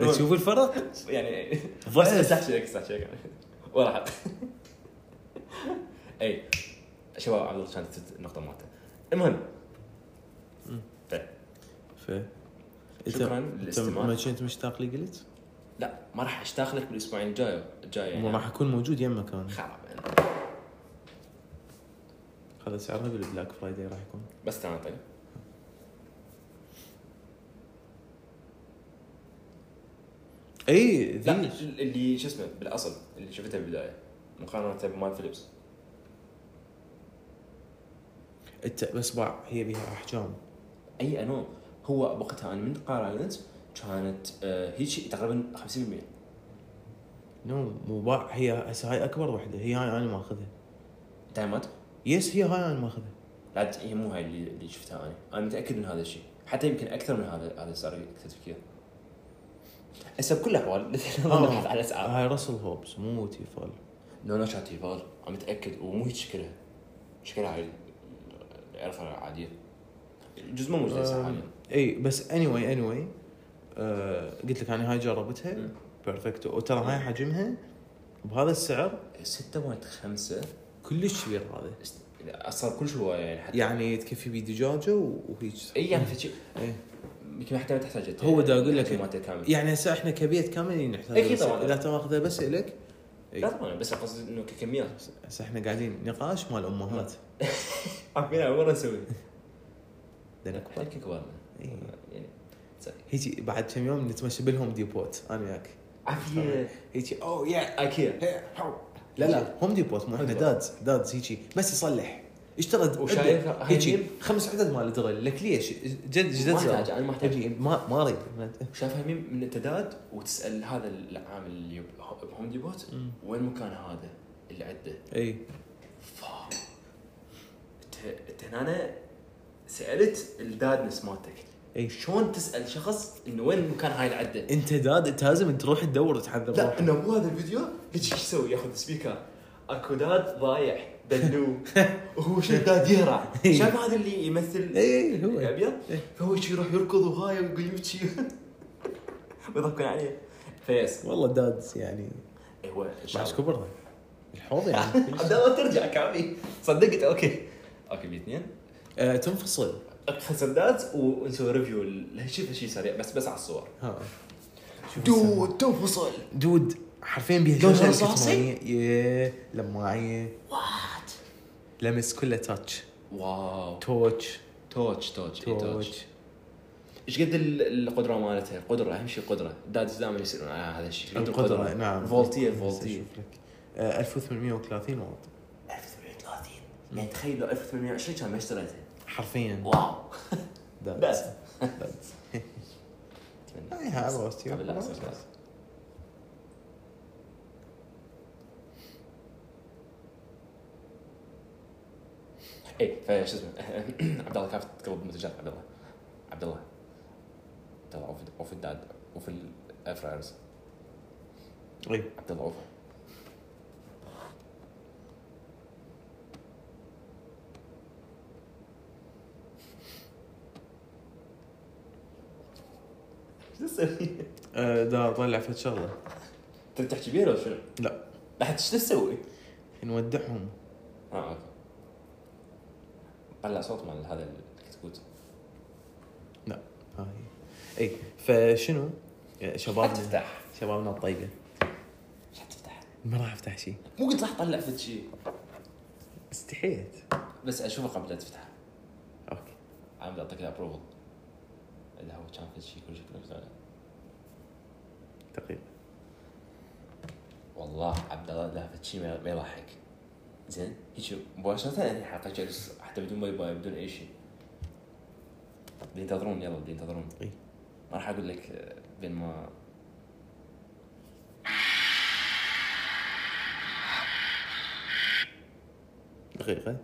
[SPEAKER 1] إيه. تشوف الفرق؟
[SPEAKER 2] يعني
[SPEAKER 1] ضعف.
[SPEAKER 2] بس احكي لك احكي لك ولا حد اي شباب عبد الله كانت تت- النقطه مالته المهم
[SPEAKER 1] ف انت
[SPEAKER 2] شكراً
[SPEAKER 1] انت
[SPEAKER 2] للاستماع.
[SPEAKER 1] ما كنت مشتاق لي قلت؟
[SPEAKER 2] لا ما راح اشتاق لك بالاسبوعين الجاي الجاي
[SPEAKER 1] ما راح
[SPEAKER 2] يعني
[SPEAKER 1] اكون موجود يمك انا
[SPEAKER 2] خراب يعني.
[SPEAKER 1] هذا سعرها بالبلاك فرايداي راح يكون
[SPEAKER 2] بس تعال طيب
[SPEAKER 1] اي
[SPEAKER 2] لا
[SPEAKER 1] إيه، ذي
[SPEAKER 2] اللي شو اسمه بالاصل اللي شفتها بالبدايه مقارنه بمال فيليبس
[SPEAKER 1] انت بس باع هي بها احجام
[SPEAKER 2] اي انو هو وقتها انا من قارنت كانت آه هيك شيء تقريبا 50%
[SPEAKER 1] نو مو باع هي هسه هاي اكبر وحده هي هاي انا ماخذها
[SPEAKER 2] تايمات
[SPEAKER 1] يس هي هاي انا ماخذها
[SPEAKER 2] لا هي مو هاي اللي, اللي شفتها انا انا متاكد من هذا الشيء حتى يمكن اكثر من هذا هذا صار تفكير هسه بكل الاحوال ما
[SPEAKER 1] آه.
[SPEAKER 2] نبحث على الاسعار
[SPEAKER 1] هاي راسل هوبس مو تيفال
[SPEAKER 2] لو انا كانت ايفال انا متاكد ومو هيك شكلها شكلها هاي العرفه العاديه الجزء مو موجود هسه
[SPEAKER 1] آه.
[SPEAKER 2] حاليا
[SPEAKER 1] اي بس اني واي اني واي قلت لك انا هاي جربتها
[SPEAKER 2] مم.
[SPEAKER 1] بيرفكتو وترى هاي حجمها بهذا السعر
[SPEAKER 2] 6.5
[SPEAKER 1] كلش كبير هذا
[SPEAKER 2] صار كل شيء هواية يعني حتى
[SPEAKER 1] يعني تكفي بيه دجاجه وهيج
[SPEAKER 2] اي يعني فشي
[SPEAKER 1] إيه.
[SPEAKER 2] يمكن حتى ما تحتاج
[SPEAKER 1] هو دا أقول لك-
[SPEAKER 2] مالته كامل
[SPEAKER 1] يعني هسه احنا كبيت كامل يعني نحتاج
[SPEAKER 2] أكيد
[SPEAKER 1] بس-
[SPEAKER 2] طبعاً.
[SPEAKER 1] اذا انت ماخذها بس الك إيه.
[SPEAKER 2] لا طبعا بس قصدي انه ككميات
[SPEAKER 1] هسه احنا قاعدين نقاش مال امهات
[SPEAKER 2] عارفين اول مره نسوي
[SPEAKER 1] لان
[SPEAKER 2] احنا
[SPEAKER 1] كبار.
[SPEAKER 2] كبار
[SPEAKER 1] إي.
[SPEAKER 2] يعني تسوي.
[SPEAKER 1] هيجي بعد كم يوم نتمشى بالهوم ديبوت انا وياك
[SPEAKER 2] عافيه
[SPEAKER 1] هيجي اوه يا
[SPEAKER 2] اكيد
[SPEAKER 1] إيه، لا لا هوم ديبوت مو احنا
[SPEAKER 2] هوم ديبوت.
[SPEAKER 1] دادز دادز هيجي بس يصلح اشترى
[SPEAKER 2] وشايف
[SPEAKER 1] عدة-
[SPEAKER 2] هاي
[SPEAKER 1] هيجي
[SPEAKER 2] الميم؟
[SPEAKER 1] خمس عدد مال درل لك ليش جد جد
[SPEAKER 2] ما احتاج
[SPEAKER 1] زار.
[SPEAKER 2] انا ما احتاج
[SPEAKER 1] هيجي ما ما اريد
[SPEAKER 2] شايفها ميم من التداد وتسال هذا العامل اللي بهو- بهوم ديبوت
[SPEAKER 1] مم.
[SPEAKER 2] وين مكان هذا اللي عنده
[SPEAKER 1] اي
[SPEAKER 2] فا انت انت هنا سالت الدادنس مالتك
[SPEAKER 1] اي
[SPEAKER 2] شلون تسال شخص انه وين مكان هاي العده؟
[SPEAKER 1] انت داد انت لازم تروح تدور تحذر
[SPEAKER 2] لا
[SPEAKER 1] روحك.
[SPEAKER 2] انه مو هذا الفيديو هيك شو يسوي ياخذ سبيكر اكو داد ضايع دلو وهو شو داد يهرع شايف هذا اللي يمثل
[SPEAKER 1] إي، إيه، هو.
[SPEAKER 2] الابيض
[SPEAKER 1] إي.
[SPEAKER 2] فهو شي يروح يركض وهاي ويقول يبكي ويضحكون عليه فيس إيه،
[SPEAKER 1] والله دادز يعني
[SPEAKER 2] إي، هو
[SPEAKER 1] مع إيش
[SPEAKER 2] شعر.
[SPEAKER 1] كبرنا الحوض يعني كل شيء.
[SPEAKER 2] عبد ترجع كعبي صدقت اوكي اوكي باثنين
[SPEAKER 1] آه، تنفصل
[SPEAKER 2] خسر داد ونسوي ريفيو ل- شوف شيء سريع بس بس على الصور
[SPEAKER 1] ها شوف هسه.
[SPEAKER 2] دود تنفصل
[SPEAKER 1] دود حرفيا بيها
[SPEAKER 2] لونها
[SPEAKER 1] شوشة
[SPEAKER 2] رصاصي؟
[SPEAKER 1] الكتمانية. ياه، لماعية
[SPEAKER 2] وات
[SPEAKER 1] لمس كله تاتش
[SPEAKER 2] واو
[SPEAKER 1] توتش
[SPEAKER 2] توتش توتش إي، توتش
[SPEAKER 1] توتش
[SPEAKER 2] ايش قد ال- القدره مالتها؟ القدره اهم شيء قدره، دادز دائما يسالون على هذا الشيء، إيش قد
[SPEAKER 1] القدرة نعم
[SPEAKER 2] فولتيه
[SPEAKER 1] هسه
[SPEAKER 2] فولتيه
[SPEAKER 1] أشوف لك آه، 1830 واط
[SPEAKER 2] 1830 يعني تخيل لو 1820 كان ما اشتريتها
[SPEAKER 1] حرفيا
[SPEAKER 2] واو
[SPEAKER 1] داز
[SPEAKER 2] بس
[SPEAKER 1] داز. هاي هاي روست يو.
[SPEAKER 2] قبل لا أصير خلاص. اي فشو اسمه عبد الله كيف تقلب منتجات عبد الله عبد الله ترى اوف اوف الداد اوف الاير فرايرز
[SPEAKER 1] اي
[SPEAKER 2] عبد الله اوف شو تسوي؟
[SPEAKER 1] آه، دا اطلع فد شغله
[SPEAKER 2] انت تحكي بيه لو شنو؟
[SPEAKER 1] لا
[SPEAKER 2] بعد شو تسوي؟
[SPEAKER 1] نودعهم
[SPEAKER 2] اه اوكي قلع صوت مال هذا الكتكوت
[SPEAKER 1] لا هاي اي فشنو آه،
[SPEAKER 2] راح
[SPEAKER 1] شبابنا
[SPEAKER 2] تفتح
[SPEAKER 1] شبابنا الطيبه
[SPEAKER 2] مش راح تفتح
[SPEAKER 1] ما راح افتح شيء
[SPEAKER 2] مو قلت راح تطلع فد شيء
[SPEAKER 1] استحيت
[SPEAKER 2] بس اشوفه قبل لا تفتح
[SPEAKER 1] اوكي
[SPEAKER 2] عم بعطيك الابروفل اذا هو كان فد شيء كل شيء
[SPEAKER 1] تقريبا
[SPEAKER 2] والله عبد الله لا فد شيء ما- ما يضحك زين هيك مباشرة يعني الحلقة جالس حتى بدون باي باي بدون اي شيء بينتظرون يلا بينتظرون
[SPEAKER 1] إي.
[SPEAKER 2] ما راح اقول لك آه، بين ما
[SPEAKER 1] دقيقه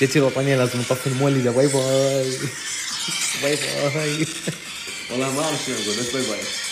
[SPEAKER 1] جتي الوطنيه لازم نطفي المولد باي باي باي باي
[SPEAKER 2] والله ما اعرف شنو اقول بس باي باي